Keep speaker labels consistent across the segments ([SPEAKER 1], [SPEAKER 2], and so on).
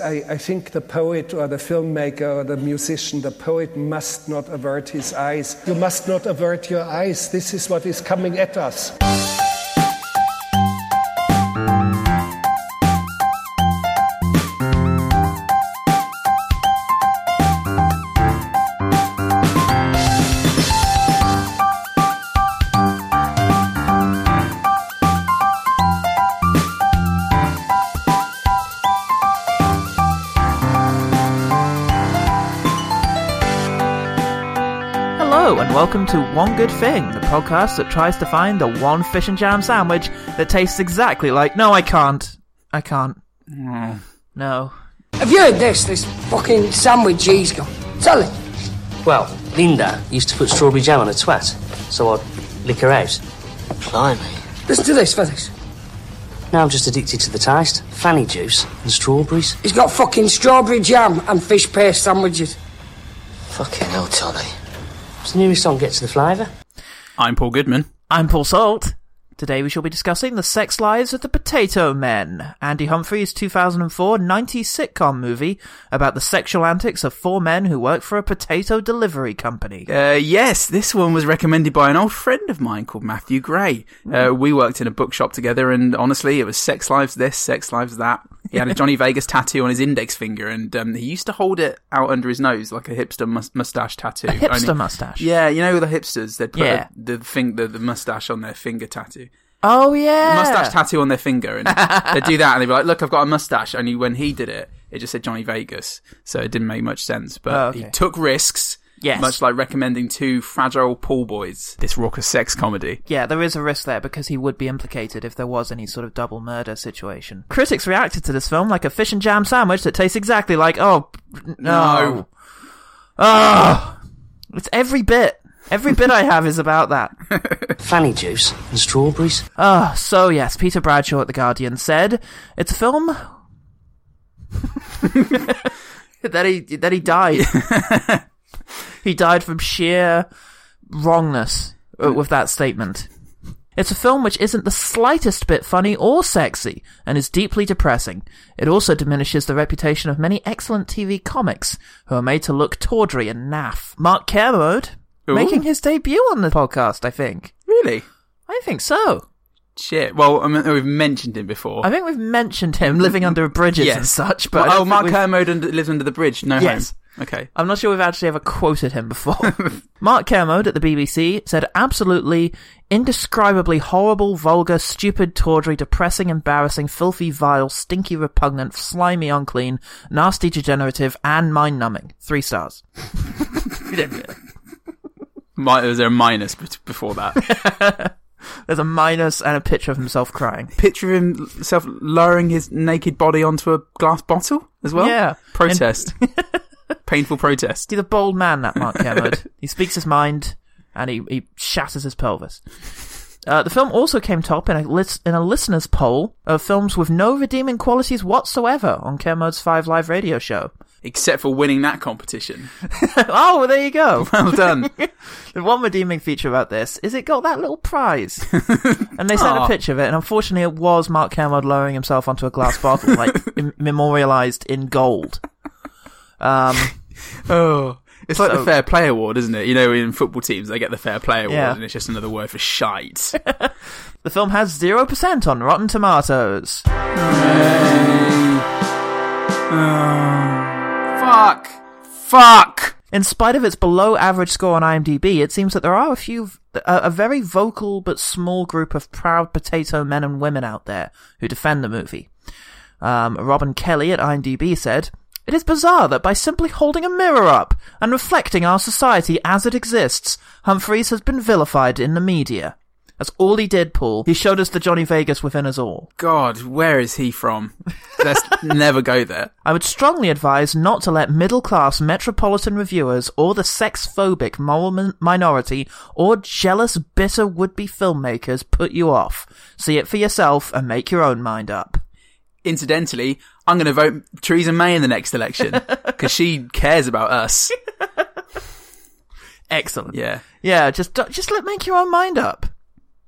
[SPEAKER 1] I, I think the poet or the filmmaker or the musician, the poet must not avert his eyes. You must not avert your eyes. This is what is coming at us.
[SPEAKER 2] Hello, and welcome to One Good Thing, the podcast that tries to find the one fish and jam sandwich that tastes exactly like. No, I can't. I can't.
[SPEAKER 3] Hmm.
[SPEAKER 2] No.
[SPEAKER 4] Have you heard this? This fucking sandwich he's got. Tell him.
[SPEAKER 5] Well, Linda used to put strawberry jam on a twat, so I'd lick her out. Blimey.
[SPEAKER 4] Listen to this, fellas.
[SPEAKER 5] Now I'm just addicted to the taste. Fanny juice and strawberries.
[SPEAKER 4] He's got fucking strawberry jam and fish paste sandwiches.
[SPEAKER 5] Fucking hell, Tommy. It's the nearest song gets to the flavour.
[SPEAKER 3] I'm Paul Goodman.
[SPEAKER 2] I'm Paul Salt. Today we shall be discussing the sex lives of the Potato Men, Andy Humphrey's 2004 90 sitcom movie about the sexual antics of four men who work for a potato delivery company.
[SPEAKER 3] Uh, yes, this one was recommended by an old friend of mine called Matthew Gray. Uh, we worked in a bookshop together, and honestly, it was sex lives this, sex lives that. He had a Johnny Vegas tattoo on his index finger, and um, he used to hold it out under his nose like a hipster mus- mustache tattoo. A
[SPEAKER 2] hipster mustache?
[SPEAKER 3] Yeah, you know the hipsters. They'd put
[SPEAKER 2] Yeah.
[SPEAKER 3] a- the, thing, the the mustache on their finger tattoo.
[SPEAKER 2] Oh, yeah.
[SPEAKER 3] mustache tattoo on their finger, and they do that, and they'd be like, "Look, I've got a mustache." Only when he did it, it just said Johnny Vegas, so it didn't make much sense. But
[SPEAKER 2] Oh, okay.
[SPEAKER 3] he took risks,
[SPEAKER 2] Yes.
[SPEAKER 3] much like recommending two fragile pool boys. This raucous sex comedy.
[SPEAKER 2] Yeah, there is a risk there because he would be implicated if there was any sort of double murder situation. Critics reacted to this film like a fish and jam sandwich that tastes exactly like oh no.
[SPEAKER 3] No.
[SPEAKER 2] Oh. It's every bit. Every bit I have is about that.
[SPEAKER 5] Fanny juice and strawberries.
[SPEAKER 2] Ah, so yes, Peter Bradshaw at The Guardian said it's a film that he that he died. he died from sheer wrongness uh, with that statement. It's a film which isn't the slightest bit funny or sexy, and is deeply depressing. It also diminishes the reputation of many excellent TV comics who are made to look tawdry and naff. Mark Kermode
[SPEAKER 3] Ooh.
[SPEAKER 2] making his debut on the podcast, I think.
[SPEAKER 3] Really?
[SPEAKER 2] I think so.
[SPEAKER 3] Shit. Well, I mean, we've mentioned him before.
[SPEAKER 2] I think we've mentioned him living under bridges and such, but I
[SPEAKER 3] Well,
[SPEAKER 2] don't
[SPEAKER 3] oh,
[SPEAKER 2] think
[SPEAKER 3] Mark
[SPEAKER 2] we've-
[SPEAKER 3] Kermode under, lives under the bridge. No
[SPEAKER 2] Yes.
[SPEAKER 3] home. Okay.
[SPEAKER 2] I'm not sure we've actually ever quoted him before. Mark Kermode at the BBC said absolutely indescribably horrible, vulgar, stupid, tawdry, depressing, embarrassing, filthy, vile, stinky, repugnant, slimy, unclean, nasty, degenerative, and mind numbing. Three stars.
[SPEAKER 3] Mi- was there a minus bet- before that?
[SPEAKER 2] There's a minus and a picture of himself crying.
[SPEAKER 3] Picture himself lowering his naked body onto a glass bottle as well.
[SPEAKER 2] Yeah.
[SPEAKER 3] Protest. Painful protest.
[SPEAKER 2] He's a bold man, that Mark Kermode. he speaks his mind, and he, he shatters his pelvis. Uh, the film also came top in a lis- in a listeners' poll of films with no redeeming qualities whatsoever on Kermode's Five Live radio show.
[SPEAKER 3] except for winning that competition.
[SPEAKER 2] oh, well, there you go.
[SPEAKER 3] Well done.
[SPEAKER 2] the one redeeming feature about this is it got that little prize, and they sent a
[SPEAKER 3] Aw.
[SPEAKER 2] picture of it. And unfortunately, it was Mark Kermode lowering himself onto a glass bottle, like Im- memorialized in gold. Um,
[SPEAKER 3] oh, it's like
[SPEAKER 2] So-
[SPEAKER 3] the fair play award, isn't it? You know, in football teams they get the fair play award,
[SPEAKER 2] Yeah.
[SPEAKER 3] and it's just another word for shite.
[SPEAKER 2] the film has zero percent on Rotten Tomatoes.
[SPEAKER 3] Uh, Fuck. Fuck.
[SPEAKER 2] In spite of its below average score on IMDb, it seems that there are a few, a, a very vocal but small group of proud potato men and women out there who defend the movie. Um, Robin Kelly at IMDb said, It is bizarre that by simply holding a mirror up and reflecting our society as it exists, Humphreys has been vilified in the media. That's all he did, Paul. He showed us the Johnny Vegas within us all.
[SPEAKER 3] God, where is he from? Let's never go there.
[SPEAKER 2] I would strongly advise not to let middle class metropolitan reviewers or the sex phobic moral min- minority or jealous bitter would be filmmakers put you off. See it for yourself and make your own mind up.
[SPEAKER 3] Incidentally, I'm going to vote Theresa May in the next election because she cares about us.
[SPEAKER 2] Excellent.
[SPEAKER 3] Yeah.
[SPEAKER 2] Yeah, just do- just let make your own mind up.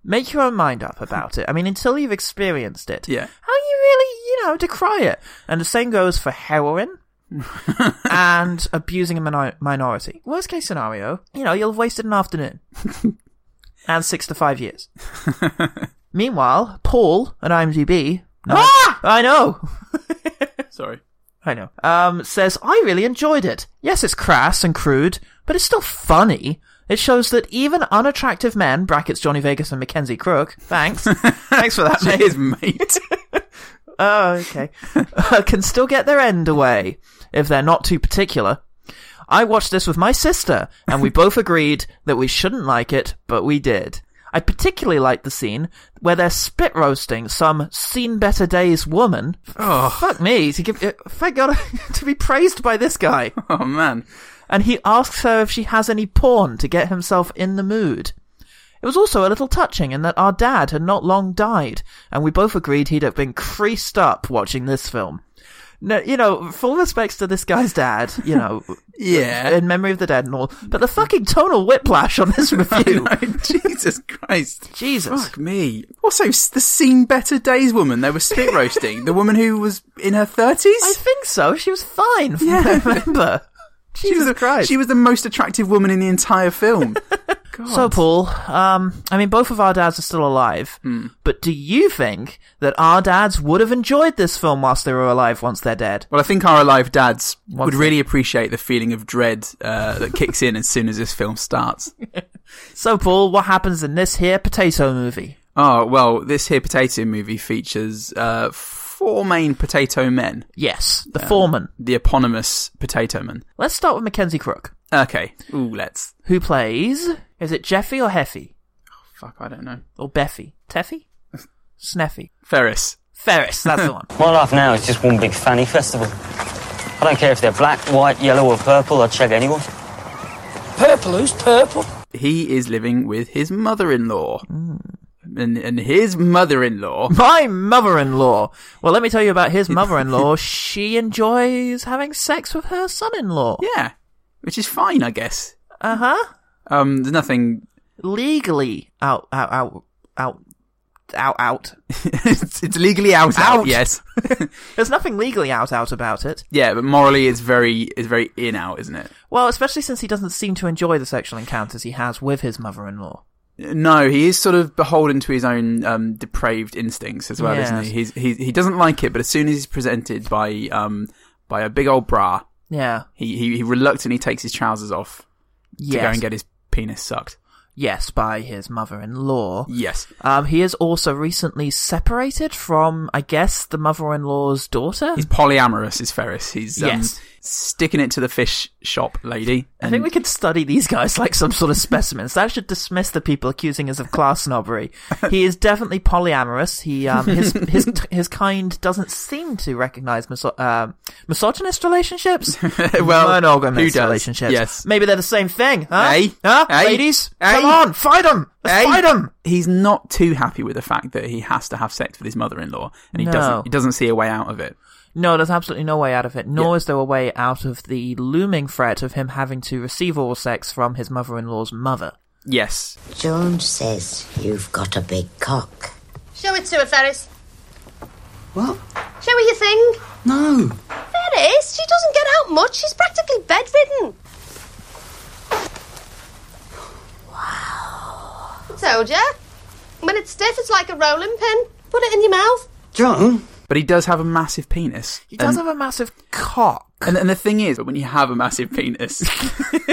[SPEAKER 2] Make your own mind up about it. I mean, until you've experienced it.
[SPEAKER 3] Yeah.
[SPEAKER 2] How you really, you you know, decry it. And the same goes for heroin and abusing a mini- minority. Worst case scenario, you know, you'll have wasted an afternoon and six to five years. Meanwhile, Paul at IMDb. no, I know.
[SPEAKER 3] Sorry.
[SPEAKER 2] I know. Um, says, I really enjoyed it. Yes, it's crass and crude, but it's still funny. It shows that even unattractive men, brackets Johnny Vegas and Mackenzie Crook, thanks, thanks for that, mate.
[SPEAKER 3] Cheers, mate.
[SPEAKER 2] Oh, okay. Uh, can still get their end away if they're not too particular. I watched this with my sister, and we both agreed that we shouldn't like it, but we did. I particularly liked the scene where they're spit roasting some seen better days woman.
[SPEAKER 3] Oh.
[SPEAKER 2] Fuck me to give, uh, thank God to be praised by this guy.
[SPEAKER 3] oh man.
[SPEAKER 2] And he asks her if she has any porn to get himself in the mood. It was also a little touching in that our dad had not long died, and we both agreed he'd have been creased up watching this film. No, you know, full respects to this guy's dad, you know,
[SPEAKER 3] Yeah.
[SPEAKER 2] in memory of the dead and all, but the fucking tonal whiplash on this review.
[SPEAKER 3] Jesus Christ.
[SPEAKER 2] Jesus.
[SPEAKER 3] Fuck me. Also, s- the seen better days woman they were spit roasting. the woman who was in her
[SPEAKER 2] I
[SPEAKER 3] thirties.
[SPEAKER 2] think so. She was fine, from
[SPEAKER 3] Yeah.
[SPEAKER 2] what I remember. Jesus
[SPEAKER 3] was the,
[SPEAKER 2] Christ.
[SPEAKER 3] She was the most attractive woman in the entire film. God.
[SPEAKER 2] So, Paul, um, I mean, both of our dads are still alive, but do you think that our dads would have enjoyed this film whilst they were alive once they're dead?
[SPEAKER 3] Well, I think our alive dads would
[SPEAKER 2] thing.
[SPEAKER 3] really appreciate the feeling of dread uh, that kicks in as soon as this film starts.
[SPEAKER 2] So, Paul, what happens in this here potato movie?
[SPEAKER 3] Oh, well, this here potato movie features uh, four main potato men,
[SPEAKER 2] Yes,
[SPEAKER 3] Um,
[SPEAKER 2] the foreman.
[SPEAKER 3] the eponymous potato men.
[SPEAKER 2] Let's start with Mackenzie Crook,
[SPEAKER 3] Okay. Ooh, let's.
[SPEAKER 2] who plays, is it Jeffy or Heffy?
[SPEAKER 3] Fuck, I don't know.
[SPEAKER 2] Or Beffy? Teffy? Sneffy?
[SPEAKER 3] Ferris.
[SPEAKER 2] Ferris, that's the one.
[SPEAKER 5] My life now is just one big fanny festival. I don't care if they're black, white, yellow, or purple, I'd check anyone.
[SPEAKER 4] Purple, who's purple?
[SPEAKER 3] He is living with his mother-in-law.
[SPEAKER 2] Hmm.
[SPEAKER 3] And, and his mother-in-law.
[SPEAKER 2] My mother-in-law. Well, let me tell you about his mother-in-law. she enjoys having sex with her son-in-law.
[SPEAKER 3] Yeah. Which is fine, I guess.
[SPEAKER 2] Uh-huh.
[SPEAKER 3] Um, there's nothing.
[SPEAKER 2] legally out out out out out out.
[SPEAKER 3] it's, it's legally out, out.
[SPEAKER 2] Out.
[SPEAKER 3] Yes.
[SPEAKER 2] There's nothing legally out out about it.
[SPEAKER 3] Yeah, but morally, it's very, it's very in out, isn't it?
[SPEAKER 2] Well, especially since he doesn't seem to enjoy the sexual encounters he has with his mother-in-law.
[SPEAKER 3] No, he is sort of beholden to his own um, depraved instincts as well, isn't he? He's, he? He doesn't like it, but as soon as he's presented by um, by a big old bra,
[SPEAKER 2] Yeah.
[SPEAKER 3] he, he, he reluctantly takes his trousers off to
[SPEAKER 2] Yes.
[SPEAKER 3] go and get his penis sucked.
[SPEAKER 2] yes, by his mother-in-law.
[SPEAKER 3] Yes.
[SPEAKER 2] Um, he is also recently separated from, I guess, the mother-in-law's daughter.
[SPEAKER 3] He's polyamorous, is Ferris. He's um,
[SPEAKER 2] Yes.
[SPEAKER 3] sticking it to the fish shop lady.
[SPEAKER 2] I think we could study these guys like some sort of specimens. That should dismiss the people accusing us of class snobbery. He is definitely polyamorous. He um his his his kind doesn't seem to recognize miso- um misogynist relationships.
[SPEAKER 3] Well,
[SPEAKER 2] monogamous
[SPEAKER 3] who does?
[SPEAKER 2] relationships.
[SPEAKER 3] Yes.
[SPEAKER 2] Maybe they're the same thing. Huh?
[SPEAKER 3] Hey?
[SPEAKER 2] huh?
[SPEAKER 3] Hey?
[SPEAKER 2] ladies,
[SPEAKER 3] Hey?
[SPEAKER 2] come on, fight them. Let's
[SPEAKER 3] Hey?
[SPEAKER 2] fight them.
[SPEAKER 3] He's not too happy with the fact that he has to have sex with his mother-in-law, and he
[SPEAKER 2] No.
[SPEAKER 3] doesn't. He doesn't see a way out of it.
[SPEAKER 2] No, there's absolutely no way out of it. Nor
[SPEAKER 3] Yeah.
[SPEAKER 2] is there a way out of the looming threat of him having to receive oral sex from his mother-in-law's mother.
[SPEAKER 3] Yes.
[SPEAKER 6] George says you've got a big cock.
[SPEAKER 7] Show it to her, Ferris.
[SPEAKER 6] What?
[SPEAKER 7] Show her your thing.
[SPEAKER 6] No.
[SPEAKER 7] Ferris, she doesn't get out much. She's practically bedridden. Wow. Told ya. When it's stiff, it's like a rolling pin. Put it in your mouth.
[SPEAKER 6] John?
[SPEAKER 3] But he does have a massive penis.
[SPEAKER 2] He does
[SPEAKER 3] and-
[SPEAKER 2] have a massive cock.
[SPEAKER 3] And, and the thing is, when you have a massive penis,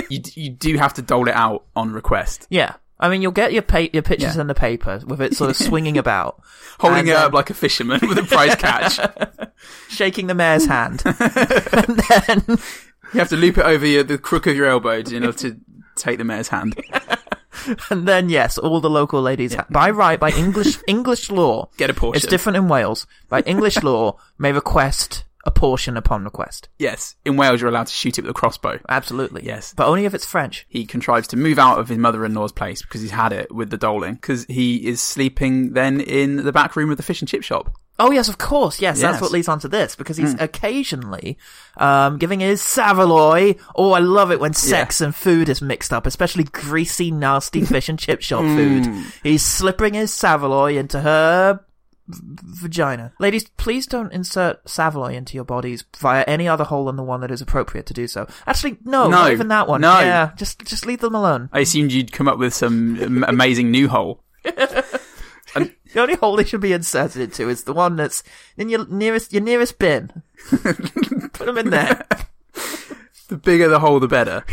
[SPEAKER 3] you, d- you do have to dole it out on request,
[SPEAKER 2] Yeah. I mean, you'll get your pa- your pictures
[SPEAKER 3] Yeah.
[SPEAKER 2] in the paper with it sort of swinging about,
[SPEAKER 3] holding
[SPEAKER 2] And,
[SPEAKER 3] it up
[SPEAKER 2] um,
[SPEAKER 3] like a fisherman with a prize catch.
[SPEAKER 2] shaking the mayor's hand, and then
[SPEAKER 3] You have to loop it over your, the crook of your elbow to, you know, to take the mayor's hand.
[SPEAKER 2] and then yes, all the local ladies ha- by right by English English law
[SPEAKER 3] Get a portion.
[SPEAKER 2] It's different in Wales. By English law, may request a portion upon request.
[SPEAKER 3] Yes, in Wales, you're allowed to shoot it with a crossbow.
[SPEAKER 2] Absolutely,
[SPEAKER 3] Yes.
[SPEAKER 2] but only if it's French.
[SPEAKER 3] He contrives to move out of his mother-in-law's place because he's had it with the doling. Because he is sleeping then in the back room of the fish and chip shop.
[SPEAKER 2] Oh yes, of course. Yes, that's
[SPEAKER 3] Yes. Hmm.
[SPEAKER 2] what leads on to this because he's occasionally um, giving his Savaloy. Oh, I love it when sex and food is mixed up, especially
[SPEAKER 3] Hmm.
[SPEAKER 2] greasy, nasty fish and chip shop food. He's slipping his Savaloy into her v- vagina. Ladies, please don't insert Savoy into your bodies via any other hole than the one that is appropriate to do so. Actually, no,
[SPEAKER 3] No.
[SPEAKER 2] not even that one.
[SPEAKER 3] No.
[SPEAKER 2] Yeah, just just leave them alone.
[SPEAKER 3] I assumed you'd come up with some am- amazing new hole.
[SPEAKER 2] The only hole they should be inserted into is the one that's in your nearest your nearest bin. Put them in there.
[SPEAKER 3] The bigger the hole, the better.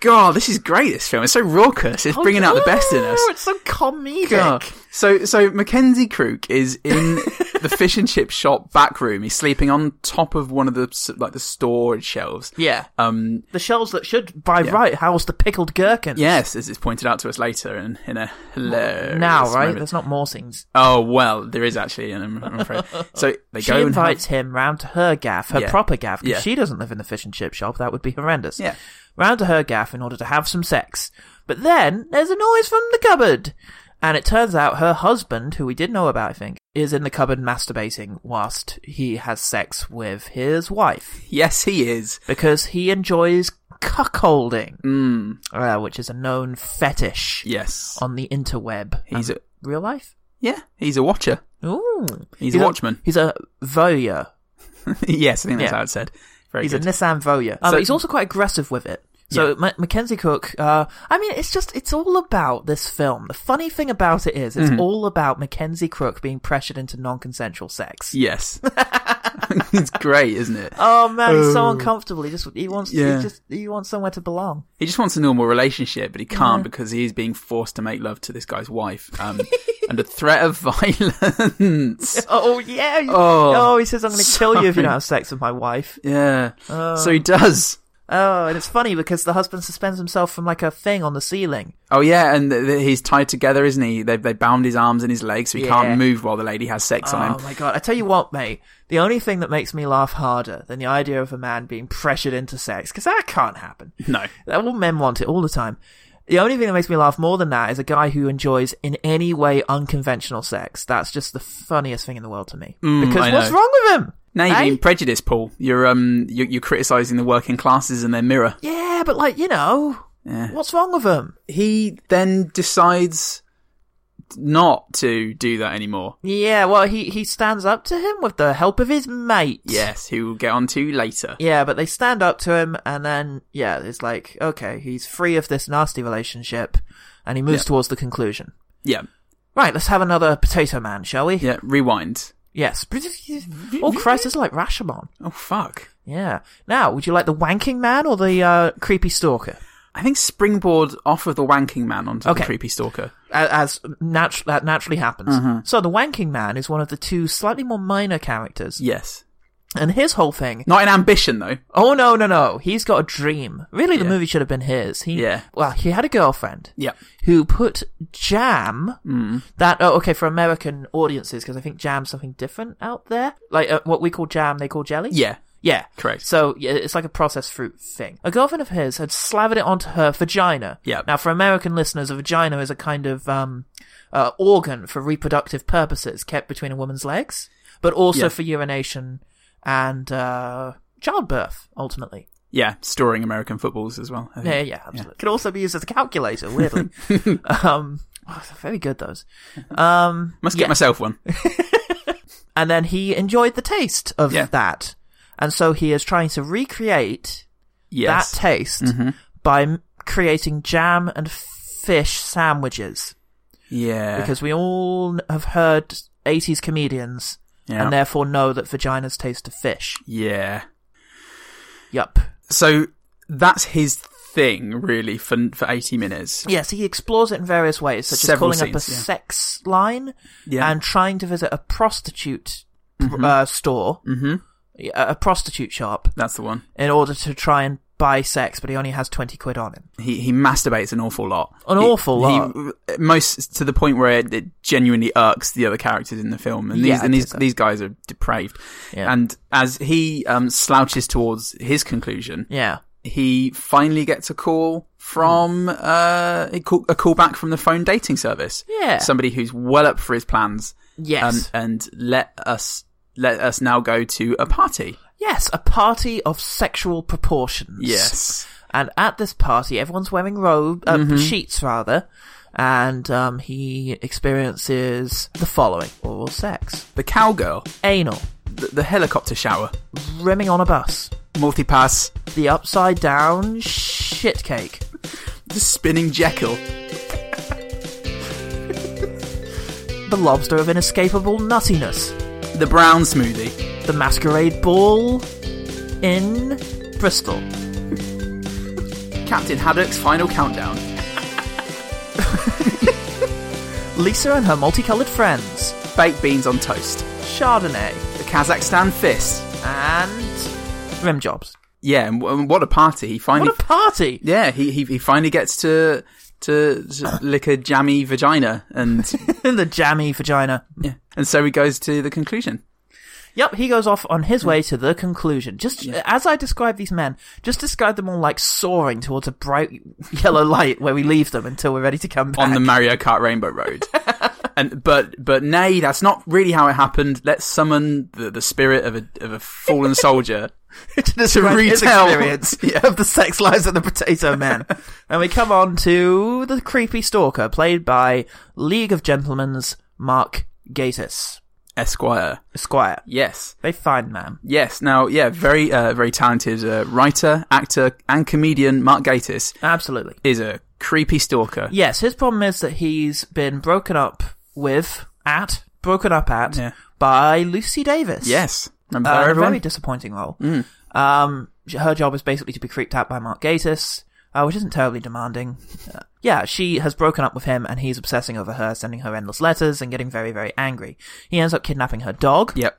[SPEAKER 3] God, this is great. This film. It's so raucous. It's bringing out the best in us.
[SPEAKER 2] Oh, It's so comedic.
[SPEAKER 3] God. So, so Mackenzie Crook is in the fish and chip shop back room. He's sleeping on top of one of the s- like the storage shelves.
[SPEAKER 2] Yeah.
[SPEAKER 3] Um.
[SPEAKER 2] the shells that should, by right, house the pickled gherkins.
[SPEAKER 3] Yes, as it's pointed out to us later in, in a hilarious
[SPEAKER 2] Now, right?
[SPEAKER 3] moment.
[SPEAKER 2] There's not Morsing's.
[SPEAKER 3] Oh well, there is actually, and I'm, I'm afraid. So they
[SPEAKER 2] She
[SPEAKER 3] go and have-
[SPEAKER 2] invites him round to her gaff, her
[SPEAKER 3] Yeah.
[SPEAKER 2] proper gaff, because
[SPEAKER 3] Yeah.
[SPEAKER 2] she doesn't live in the fish and chip shop. That would be horrendous.
[SPEAKER 3] Yeah.
[SPEAKER 2] Round to her gaff in order to have some sex. But then there's a noise from the cupboard. And it turns out her husband, who we did know about, I think, is in the cupboard masturbating whilst he has sex with his wife.
[SPEAKER 3] Yes, he is.
[SPEAKER 2] Because he enjoys cuckolding, mm. uh, which is a known fetish
[SPEAKER 3] Yes.
[SPEAKER 2] on the interweb.
[SPEAKER 3] He's
[SPEAKER 2] And
[SPEAKER 3] a-
[SPEAKER 2] real life?
[SPEAKER 3] Yeah, he's a watcher.
[SPEAKER 2] Ooh.
[SPEAKER 3] He's a watchman.
[SPEAKER 2] He's a voyeur.
[SPEAKER 3] yes, I think that's
[SPEAKER 2] Yeah.
[SPEAKER 3] how it's said. Very
[SPEAKER 2] he's
[SPEAKER 3] good.
[SPEAKER 2] a Nissan voyeur. Uh,
[SPEAKER 3] So-
[SPEAKER 2] but he's also quite aggressive with it. So
[SPEAKER 3] Yeah.
[SPEAKER 2] Ma- Mackenzie Cook, uh, I mean, it's just, it's all about this film. The funny thing about it is, it's
[SPEAKER 3] Mm-hmm.
[SPEAKER 2] all about Mackenzie Crook being pressured into non-consensual sex.
[SPEAKER 3] yes. it's great, isn't it?
[SPEAKER 2] Oh man, he's so uncomfortable. He just, he wants,
[SPEAKER 3] Yeah.
[SPEAKER 2] he just, he wants somewhere to belong.
[SPEAKER 3] He just wants a normal relationship, but he can't because he is being forced to make love to this guy's wife um, under threat of violence.
[SPEAKER 2] Oh yeah. you-
[SPEAKER 3] Oh,
[SPEAKER 2] oh, he says, I'm going to kill you if you
[SPEAKER 3] sorry.
[SPEAKER 2] don't have sex with my wife.
[SPEAKER 3] yeah. so
[SPEAKER 2] Um.
[SPEAKER 3] he does.
[SPEAKER 2] Oh, and it's funny because the husband suspends himself from like a thing on the ceiling.
[SPEAKER 3] Oh yeah, and th- th- he's tied together, isn't he? They they bound his arms and his legs, so he
[SPEAKER 2] Yeah.
[SPEAKER 3] can't move while the lady has sex on
[SPEAKER 2] Oh
[SPEAKER 3] him.
[SPEAKER 2] my god! I tell you what, mate. The only thing that makes me laugh harder than the idea of a man being pressured into sex, because that can't happen.
[SPEAKER 3] No.
[SPEAKER 2] all men want it all the time. The only thing that makes me laugh more than that is a guy who enjoys in any way unconventional sex. That's just the funniest thing in the world to me. because
[SPEAKER 3] Mm, I
[SPEAKER 2] what's
[SPEAKER 3] know.
[SPEAKER 2] wrong with him?
[SPEAKER 3] Now you're
[SPEAKER 2] Eh?
[SPEAKER 3] being prejudiced, Paul. You're um you're, you're criticizing the working classes and their mirror.
[SPEAKER 2] yeah, but like you know, what's wrong with him?
[SPEAKER 3] He then decides not to do that anymore.
[SPEAKER 2] Yeah, well, he he stands up to him with the help of his mate.
[SPEAKER 3] Yes, who we'll get on to later.
[SPEAKER 2] Yeah, but they stand up to him, and then yeah, it's like okay, he's free of this nasty relationship, and he moves
[SPEAKER 3] Yeah.
[SPEAKER 2] towards the conclusion.
[SPEAKER 3] Yeah,
[SPEAKER 2] Right, let's have another Potato Man, shall we?
[SPEAKER 3] yeah. Rewind.
[SPEAKER 2] Yes. oh Christ, it's like Rashomon.
[SPEAKER 3] Oh fuck.
[SPEAKER 2] Yeah. Now, would you like the Wanking Man or the uh, Creepy Stalker?
[SPEAKER 3] I think springboard off of the wanking man onto
[SPEAKER 2] Okay.
[SPEAKER 3] the creepy stalker.
[SPEAKER 2] A- As natu- that naturally happens.
[SPEAKER 3] Mm-hmm.
[SPEAKER 2] So the Wanking Man is one of the two slightly more minor characters,
[SPEAKER 3] Yes.
[SPEAKER 2] and his whole thing
[SPEAKER 3] Not in ambition though.
[SPEAKER 2] Oh no, no, no! He's got a dream. Really, the
[SPEAKER 3] Yeah.
[SPEAKER 2] movie should have been his. He,
[SPEAKER 3] Yeah.
[SPEAKER 2] Well, he had a girlfriend.
[SPEAKER 3] Yep.
[SPEAKER 2] Who put jam?
[SPEAKER 3] Mm.
[SPEAKER 2] That oh, okay for American audiences because I think jam's something different out there. Like uh, what we call jam, they call jelly.
[SPEAKER 3] Yeah.
[SPEAKER 2] Yeah.
[SPEAKER 3] Correct.
[SPEAKER 2] So yeah, it's like a processed fruit thing. A girlfriend of his had slathered it onto her vagina.
[SPEAKER 3] Yep.
[SPEAKER 2] Now, for American listeners, a vagina is a kind of um, uh, organ for reproductive purposes, kept between a woman's legs, but also
[SPEAKER 3] Yeah.
[SPEAKER 2] for urination and uh, childbirth, ultimately.
[SPEAKER 3] Yeah. Storing American footballs as well. I think.
[SPEAKER 2] Yeah, yeah, absolutely. It Can also be used as a calculator, weirdly. um, oh, they're very good those. Um,
[SPEAKER 3] Must get
[SPEAKER 2] yeah.
[SPEAKER 3] myself one.
[SPEAKER 2] and then he enjoyed the taste of
[SPEAKER 3] Yeah.
[SPEAKER 2] that, and so he is trying to recreate
[SPEAKER 3] Yes. Mm-hmm.
[SPEAKER 2] that taste by m- creating jam and fish sandwiches
[SPEAKER 3] yeah.
[SPEAKER 2] because we all have heard 80s comedians
[SPEAKER 3] Yeah.
[SPEAKER 2] and therefore know that vaginas taste of fish.
[SPEAKER 3] yeah.
[SPEAKER 2] Yup.
[SPEAKER 3] So that's his thing, really, for for eighty minutes.
[SPEAKER 2] Yes, he explores it in various ways, such
[SPEAKER 3] Several
[SPEAKER 2] as calling up a
[SPEAKER 3] scenes, yeah.
[SPEAKER 2] sex line
[SPEAKER 3] Yeah.
[SPEAKER 2] and trying to visit a prostitute uh, store, mm-hmm. a a prostitute shop,
[SPEAKER 3] That's the one.
[SPEAKER 2] in order to try and buy sex, but he only has 20 quid on him.
[SPEAKER 3] He he masturbates an awful lot.
[SPEAKER 2] An
[SPEAKER 3] He-
[SPEAKER 2] awful lot.
[SPEAKER 3] He, most to the point where it, it genuinely irks the other characters in the film, and these
[SPEAKER 2] Yeah, I'd
[SPEAKER 3] and
[SPEAKER 2] say
[SPEAKER 3] these
[SPEAKER 2] so.
[SPEAKER 3] these guys are depraved.
[SPEAKER 2] Yeah.
[SPEAKER 3] And as he um, slouches towards his conclusion,
[SPEAKER 2] Yeah.
[SPEAKER 3] he finally gets a call from uh, a call, a call back from the phone dating service.
[SPEAKER 2] Yeah.
[SPEAKER 3] somebody who's well up for his plans.
[SPEAKER 2] Yes.
[SPEAKER 3] and, and let us let us now go to a party.
[SPEAKER 2] Yes, a party of sexual proportions.
[SPEAKER 3] Yes.
[SPEAKER 2] And at this party, everyone's wearing robe, uh, sheets rather, and um, he experiences the following oral sex,
[SPEAKER 3] The cowgirl,
[SPEAKER 2] anal,
[SPEAKER 3] the, the helicopter shower,
[SPEAKER 2] rimming on a bus,
[SPEAKER 3] multipass,
[SPEAKER 2] the upside down shit cake,
[SPEAKER 3] the spinning Jekyll,
[SPEAKER 2] the lobster of inescapable nuttiness,
[SPEAKER 3] the brown smoothie,
[SPEAKER 2] the masquerade ball in Bristol.
[SPEAKER 3] Captain Haddock's final countdown,
[SPEAKER 2] Lisa and her multicolored friends,
[SPEAKER 3] baked beans on toast,
[SPEAKER 2] Chardonnay,
[SPEAKER 3] the Kazakhstan fist.
[SPEAKER 2] and rim jobs.
[SPEAKER 3] Yeah, and, w- and what a party! He finally,
[SPEAKER 2] What a party!
[SPEAKER 3] yeah, he, he he finally gets to to, to lick a jammy vagina, and
[SPEAKER 2] In the jammy vagina.
[SPEAKER 3] yeah, and so he goes to the conclusion.
[SPEAKER 2] Yep, he goes off on
[SPEAKER 3] Hmm.
[SPEAKER 2] his way to the conclusion. Just as I describe these men, just describe them all like soaring towards a bright yellow light where we leave them until we're ready to come back.
[SPEAKER 3] on the Mario Kart Rainbow Road. and but but nay, that's not really how it happened. Let's summon the, the spirit of a of a fallen soldier.
[SPEAKER 2] to
[SPEAKER 3] describe his
[SPEAKER 2] retell
[SPEAKER 3] experience. Yeah.
[SPEAKER 2] of the sex lives of the potato men. and we come on to the creepy stalker, played by League of Gentlemen's Mark Gatiss,
[SPEAKER 3] Esquire.
[SPEAKER 2] Esquire.
[SPEAKER 3] Yes.
[SPEAKER 2] They find man.
[SPEAKER 3] Yes. Now, yeah, very uh, very talented uh, writer, actor and comedian Mark Gatiss
[SPEAKER 2] Absolutely.
[SPEAKER 3] is a creepy stalker.
[SPEAKER 2] Yes, his problem is that he's been broken up with, at, broken up at,
[SPEAKER 3] Yeah.
[SPEAKER 2] by Lucy Davis.
[SPEAKER 3] Yes. Remember
[SPEAKER 2] Uh,
[SPEAKER 3] her,
[SPEAKER 2] a
[SPEAKER 3] everyone? Mm.
[SPEAKER 2] very disappointing role. Um, sh- her job is basically to be creeped out by Mark Gatiss, uh, which isn't terribly demanding. Uh, yeah, she has broken up with him, and he's obsessing over her, sending her endless letters, and getting very, very angry. He ends up kidnapping her dog.
[SPEAKER 3] yep.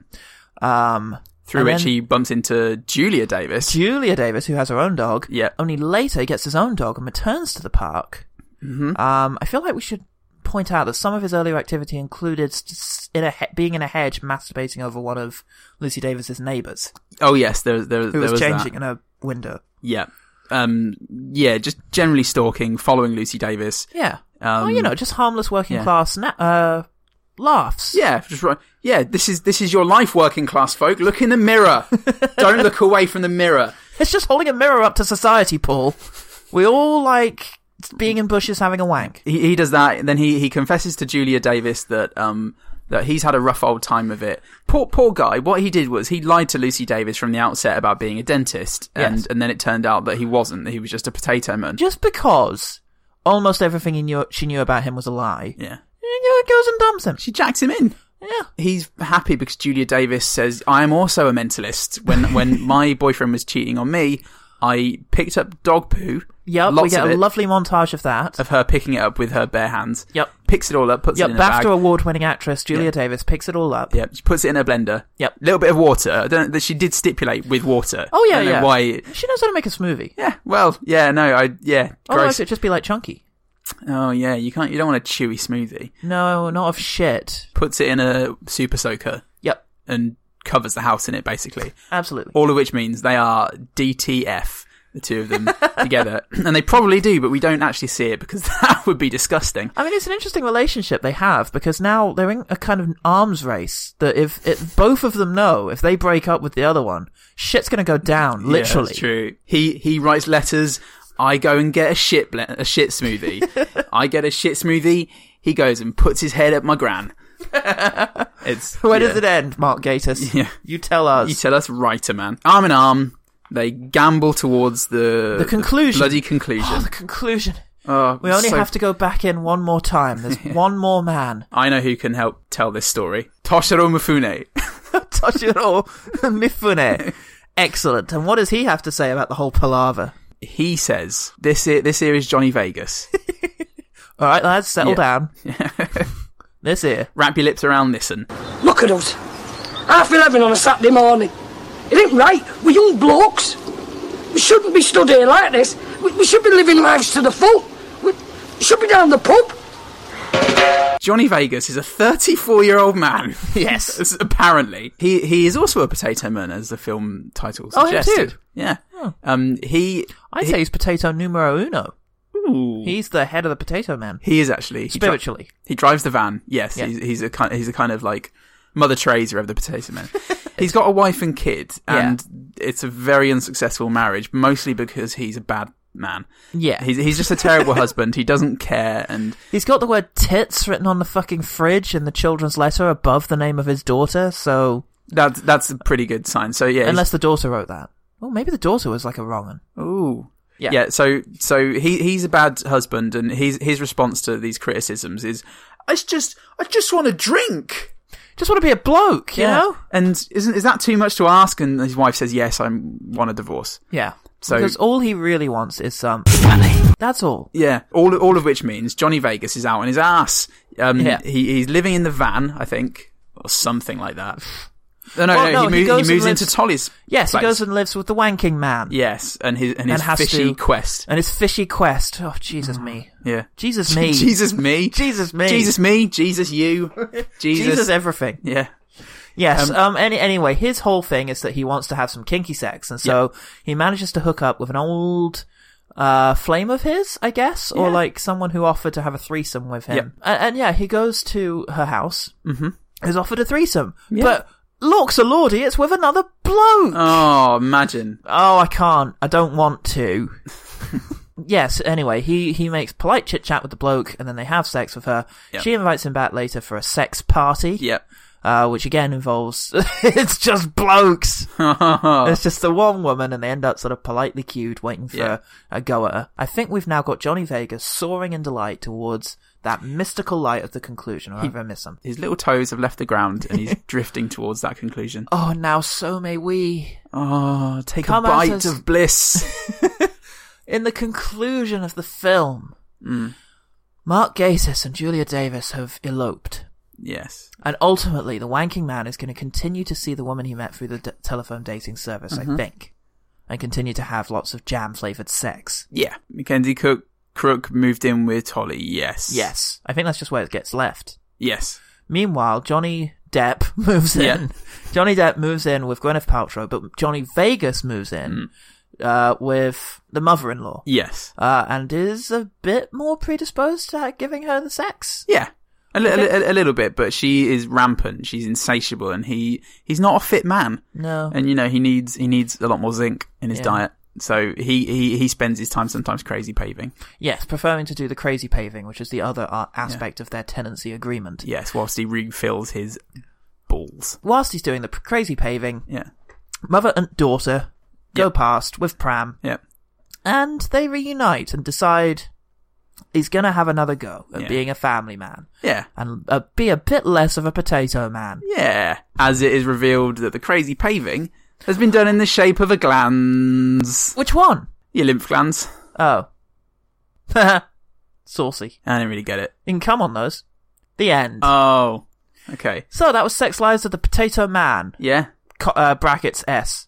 [SPEAKER 2] Um,
[SPEAKER 3] Through
[SPEAKER 2] and
[SPEAKER 3] which
[SPEAKER 2] then
[SPEAKER 3] he bumps into Julia Davis.
[SPEAKER 2] Julia Davis, who has her own dog.
[SPEAKER 3] Yeah.
[SPEAKER 2] Only later gets his own dog and returns to the park. Mm-hmm. Um, I feel like we should point out that some of his earlier activity included s- s- in a he- being in a hedge masturbating over one of Lucy Davis's neighbors
[SPEAKER 3] oh yes, there there,
[SPEAKER 2] who
[SPEAKER 3] there
[SPEAKER 2] was
[SPEAKER 3] was that.
[SPEAKER 2] changing in her window.
[SPEAKER 3] Yeah. Um. Yeah. Just generally stalking, following Lucy Davis.
[SPEAKER 2] Yeah.
[SPEAKER 3] Um,
[SPEAKER 2] well, you know, just harmless working
[SPEAKER 3] yeah.
[SPEAKER 2] class na- uh, laughs.
[SPEAKER 3] Yeah, just right. Yeah, this is this is your life, working class folk. Look in the mirror. Don't look away from the mirror.
[SPEAKER 2] It's just holding a mirror up to society, Paul. We all like being in bushes having a wank.
[SPEAKER 3] He, he does that. and Then he he confesses to Julia Davis that um that he's had a rough old time of it. Poor poor guy. What he did was he lied to Lucy Davis from the outset about being a dentist, and
[SPEAKER 2] Yes.
[SPEAKER 3] and then it turned out that he wasn't. That he was just a potato man.
[SPEAKER 2] Just because almost everything he knew, she knew about him was a lie.
[SPEAKER 3] yeah.
[SPEAKER 2] He goes and dumps him.
[SPEAKER 3] She jacked him in.
[SPEAKER 2] Yeah.
[SPEAKER 3] He's happy because Julia Davis says, "I am also a mentalist. When when my boyfriend was cheating on me, I picked up dog poo.
[SPEAKER 2] Yep, we
[SPEAKER 3] lots
[SPEAKER 2] get
[SPEAKER 3] of
[SPEAKER 2] a
[SPEAKER 3] it,
[SPEAKER 2] lovely montage of that.
[SPEAKER 3] of her picking it up with her bare hands.
[SPEAKER 2] Yep.
[SPEAKER 3] Picks it all up, puts
[SPEAKER 2] Yep,
[SPEAKER 3] it in a bag.
[SPEAKER 2] BAFTA award winning actress Julia
[SPEAKER 3] Yeah.
[SPEAKER 2] Davis picks it all up.
[SPEAKER 3] Yep. She puts it in a blender.
[SPEAKER 2] Yep.
[SPEAKER 3] Little bit of water. I don't that she did stipulate with water.
[SPEAKER 2] Oh, yeah,
[SPEAKER 3] I don't
[SPEAKER 2] yeah.
[SPEAKER 3] Know why?
[SPEAKER 2] She knows how to make a smoothie.
[SPEAKER 3] Yeah. Well. Yeah. No. I. Yeah.
[SPEAKER 2] Otherwise,
[SPEAKER 3] Gross.
[SPEAKER 2] it'd just be like chunky.
[SPEAKER 3] Oh yeah. You can't. You don't want a chewy smoothie.
[SPEAKER 2] No, not of shit.
[SPEAKER 3] Puts it in a super soaker
[SPEAKER 2] Yep,
[SPEAKER 3] and covers the house in it basically.
[SPEAKER 2] absolutely.
[SPEAKER 3] All of which means they are DTF. The two of them together, and they probably do, but we don't actually see it because that would be disgusting.
[SPEAKER 2] I mean, it's an interesting relationship they have because now they're in a kind of an arms race that if it, both of them know if they break up with the other one, shit's gonna go down,
[SPEAKER 3] Yeah, that's
[SPEAKER 2] literally.
[SPEAKER 3] true. He he writes letters. I go and get a shit ble- a shit smoothie. I get a shit smoothie. He goes and puts his head up my gran. it's
[SPEAKER 2] Where
[SPEAKER 3] yeah.
[SPEAKER 2] does it end, Mark Gatiss?
[SPEAKER 3] Yeah.
[SPEAKER 2] You tell us.
[SPEAKER 3] You tell us, writer man, arm in arm. They gamble towards the
[SPEAKER 2] The conclusion.
[SPEAKER 3] bloody
[SPEAKER 2] oh,
[SPEAKER 3] conclusion.
[SPEAKER 2] the conclusion.
[SPEAKER 3] Oh,
[SPEAKER 2] We only
[SPEAKER 3] so-
[SPEAKER 2] have to go back in one more time. There's one more man.
[SPEAKER 3] I know who can help tell this story. Toshiro Mifune.
[SPEAKER 2] Toshiro Mifune. Excellent. And what does he have to say about the whole palaver?
[SPEAKER 3] He says this. Here, this here is Johnny Vegas.
[SPEAKER 2] All right, lads, settle
[SPEAKER 3] Yeah.
[SPEAKER 2] down. this here.
[SPEAKER 3] Wrap your lips around this and
[SPEAKER 4] Look at us. Half eleven on a Saturday morning. It ain't right. We're young blokes. We shouldn't be stood here like this. We, we should be living lives to the full. We should be down the pub.
[SPEAKER 3] Johnny Vegas is a 34 year old man.
[SPEAKER 2] Yes.
[SPEAKER 3] Apparently. He he is also a potato man, as the film title
[SPEAKER 2] Oh, him
[SPEAKER 3] suggested.
[SPEAKER 2] too?
[SPEAKER 3] Yeah. Um, he.
[SPEAKER 2] I'd
[SPEAKER 3] he,
[SPEAKER 2] say he's potato numero uno.
[SPEAKER 3] Ooh.
[SPEAKER 2] He's the head of the potato man.
[SPEAKER 3] He is actually. He dri-
[SPEAKER 2] Spiritually.
[SPEAKER 3] he drives the van. Yes.
[SPEAKER 2] Yeah.
[SPEAKER 3] He's, he's, a kind, he's a kind of like Mother Teresa of the potato man. he's got a wife and kid,
[SPEAKER 2] Yeah.
[SPEAKER 3] and it's a very unsuccessful marriage, mostly because he's a bad man.
[SPEAKER 2] Yeah.
[SPEAKER 3] He's, he's just a terrible husband. He doesn't care. And
[SPEAKER 2] He's got the word tits written on the fucking fridge in the children's letter above the name of his daughter, so.
[SPEAKER 3] that's, that's a pretty good sign. So, yeah. he's-
[SPEAKER 2] Unless the daughter wrote that. Well, maybe the daughter was like a wrong one.
[SPEAKER 3] Ooh. Yeah. yeah. So so he he's a bad husband, and his his response to these criticisms is, "It's just I just want to drink."
[SPEAKER 2] Just want to be a bloke, you know?
[SPEAKER 3] And isn't is that too much to ask? And his wife says, "Yes, I want a divorce."
[SPEAKER 2] Yeah.
[SPEAKER 3] So-
[SPEAKER 2] because all he really wants is some. That's all.
[SPEAKER 3] Yeah. All all of which means Johnny Vegas is out on his ass. Um,
[SPEAKER 2] Yeah.
[SPEAKER 3] he, he's living in the van, I think, or something like that. No, no,
[SPEAKER 2] Well,
[SPEAKER 3] no,
[SPEAKER 2] no,
[SPEAKER 3] He,
[SPEAKER 2] he
[SPEAKER 3] moves,
[SPEAKER 2] goes and
[SPEAKER 3] he moves
[SPEAKER 2] lives-
[SPEAKER 3] into Tolly's.
[SPEAKER 2] Yes,
[SPEAKER 3] place.
[SPEAKER 2] he goes and lives with the wanking man.
[SPEAKER 3] Yes, and his and his
[SPEAKER 2] And has
[SPEAKER 3] fishy
[SPEAKER 2] to-
[SPEAKER 3] quest.
[SPEAKER 2] And his fishy quest. Oh, Jesus me.
[SPEAKER 3] Yeah.
[SPEAKER 2] Jesus me.
[SPEAKER 3] Jesus me.
[SPEAKER 2] Jesus me.
[SPEAKER 3] Jesus me. Jesus you. Jesus.
[SPEAKER 2] Jesus everything.
[SPEAKER 3] yeah.
[SPEAKER 2] Yes. Um. any, anyway, his whole thing is that he wants to have some kinky sex, and so he manages to hook up with an old uh flame of his, I guess, or like someone who offered to have a threesome with him.
[SPEAKER 3] Yep.
[SPEAKER 2] A- And, yeah, he goes to her house. Mm-hmm. Is offered a threesome, but lorks a lordy, it's with another bloke.
[SPEAKER 3] Oh, imagine.
[SPEAKER 2] oh, I can't. I don't want to. yes. Anyway, he he makes polite chit chat with the bloke, and then they have sex with her.
[SPEAKER 3] Yep.
[SPEAKER 2] She invites him back later for a sex party
[SPEAKER 3] Yep.
[SPEAKER 2] uh, which again involves it's just blokes. it's just the one woman, and they end up sort of politely cued, waiting for
[SPEAKER 3] Yeah.
[SPEAKER 2] a go at her. I think we've now got Johnny Vegas soaring in delight towards that mystical light of the conclusion. Or have I missed some?
[SPEAKER 3] His little toes have left the ground and he's drifting towards that conclusion.
[SPEAKER 2] Oh, now so may we.
[SPEAKER 3] Oh, take
[SPEAKER 2] Come
[SPEAKER 3] a
[SPEAKER 2] at
[SPEAKER 3] bite
[SPEAKER 2] us.
[SPEAKER 3] of bliss.
[SPEAKER 2] In the conclusion of the film, Mark Gatiss and Julia Davis have eloped.
[SPEAKER 3] yes.
[SPEAKER 2] And ultimately, the wanking man is going to continue to see the woman he met through the d- telephone dating service, I think, and continue to have lots of jam flavored sex.
[SPEAKER 3] Yeah. Mackenzie Cook Crook moved in with Tolly. Yes.
[SPEAKER 2] Yes, I think that's just where it gets left.
[SPEAKER 3] Yes.
[SPEAKER 2] Meanwhile, Johnny Depp moves
[SPEAKER 3] Yeah.
[SPEAKER 2] in. Johnny Depp moves in with Gwyneth Paltrow, but Johnny Vegas moves in
[SPEAKER 3] Mm.
[SPEAKER 2] uh, with the mother-in-law,
[SPEAKER 3] Yes.
[SPEAKER 2] uh, and is a bit more predisposed to giving her the sex.
[SPEAKER 3] Yeah. A, li- a li- a little bit, but she is rampant. She's insatiable, and he he's not a fit man.
[SPEAKER 2] No,
[SPEAKER 3] And you know he needs he needs a lot more zinc in his
[SPEAKER 2] Yeah.
[SPEAKER 3] diet. So he, he he spends his time sometimes crazy paving.
[SPEAKER 2] yes, preferring to do the crazy paving, which is the other uh, aspect of their tenancy agreement.
[SPEAKER 3] Yes, whilst he refills his balls.
[SPEAKER 2] Whilst he's doing the p- crazy paving,
[SPEAKER 3] Yeah.
[SPEAKER 2] mother and daughter go
[SPEAKER 3] Yep.
[SPEAKER 2] past with pram.
[SPEAKER 3] Yeah.
[SPEAKER 2] and they reunite and decide he's going to have another go at
[SPEAKER 3] Yeah.
[SPEAKER 2] being a family man
[SPEAKER 3] Yeah.
[SPEAKER 2] and uh, be a bit less of a potato man.
[SPEAKER 3] Yeah, as it is revealed that the crazy paving has been done in the shape of a glands.
[SPEAKER 2] Which one?
[SPEAKER 3] Your lymph glands.
[SPEAKER 2] Oh. Saucy.
[SPEAKER 3] I don't really get it.
[SPEAKER 2] You can come on those. The end.
[SPEAKER 3] Oh, okay.
[SPEAKER 2] so that was Sex Lives of the Potato Man.
[SPEAKER 3] Yeah.
[SPEAKER 2] Co- uh, brackets S.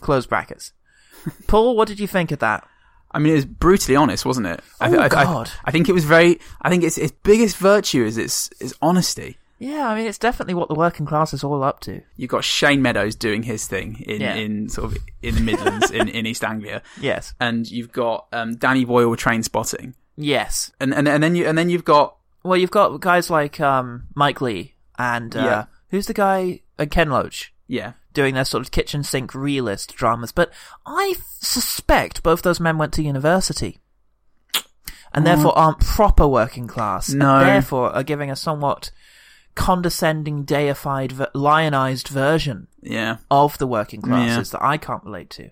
[SPEAKER 2] Close brackets. Paul, what did you think of that?
[SPEAKER 3] I mean, it was brutally honest, wasn't it? I
[SPEAKER 2] Oh,
[SPEAKER 3] I, I-
[SPEAKER 2] God.
[SPEAKER 3] I, think it was very. I think its its biggest virtue is its its honesty.
[SPEAKER 2] Yeah, I mean, it's definitely what the working class is all up to.
[SPEAKER 3] You've got Shane Meadows doing his thing in,
[SPEAKER 2] Yeah.
[SPEAKER 3] in sort of in the Midlands in, in East Anglia,
[SPEAKER 2] Yes.
[SPEAKER 3] and you've got um, Danny Boyle train spotting,
[SPEAKER 2] Yes.
[SPEAKER 3] and, and and then you and then you've got
[SPEAKER 2] Well, you've got guys like um, Mike Lee and uh,
[SPEAKER 3] Yeah.
[SPEAKER 2] who's the guy? Uh, Ken Loach
[SPEAKER 3] yeah
[SPEAKER 2] doing their sort of kitchen sink realist dramas. But I suspect both those men went to university and therefore aren't proper working class.
[SPEAKER 3] No.
[SPEAKER 2] And therefore are giving a somewhat condescending, deified, ver- lionized version
[SPEAKER 3] yeah
[SPEAKER 2] of the working
[SPEAKER 3] Yeah.
[SPEAKER 2] classes that I can't relate to.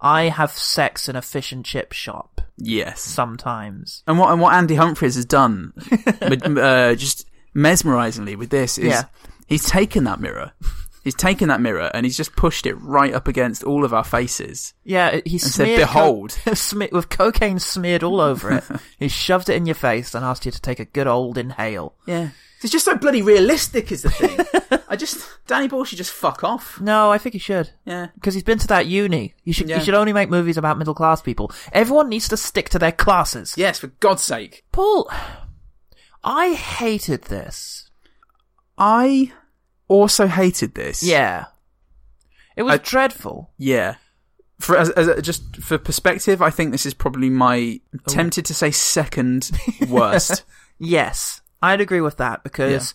[SPEAKER 2] I have sex in a fish and chip shop
[SPEAKER 3] yes
[SPEAKER 2] sometimes.
[SPEAKER 3] And what and what Andy Humphries has done, with, uh, just mesmerizingly with this, is
[SPEAKER 2] Yeah.
[SPEAKER 3] he's taken that mirror, he's taken that mirror, and he's just pushed it right up against all of our faces.
[SPEAKER 2] Yeah, it- he
[SPEAKER 3] said,
[SPEAKER 2] smeared
[SPEAKER 3] "Behold."
[SPEAKER 2] sme- with cocaine smeared all over it. he shoved it in your face and asked you to take a good old inhale.
[SPEAKER 3] Yeah, it's just so bloody realistic, is the thing. I just Danny Boyle should just fuck off.
[SPEAKER 2] No, I think he should.
[SPEAKER 3] Yeah.
[SPEAKER 2] because he's been to that uni. You should
[SPEAKER 3] Yeah.
[SPEAKER 2] you should only make movies about middle class people. Everyone needs to stick to their classes.
[SPEAKER 3] Yes, for God's sake.
[SPEAKER 2] Paul, I hated this.
[SPEAKER 3] I also hated this.
[SPEAKER 2] Yeah, it was
[SPEAKER 3] I-
[SPEAKER 2] dreadful.
[SPEAKER 3] yeah. For as, as a- just for perspective, I think this is probably my I'm tempted to say second worst.
[SPEAKER 2] Yes, I'd agree with that because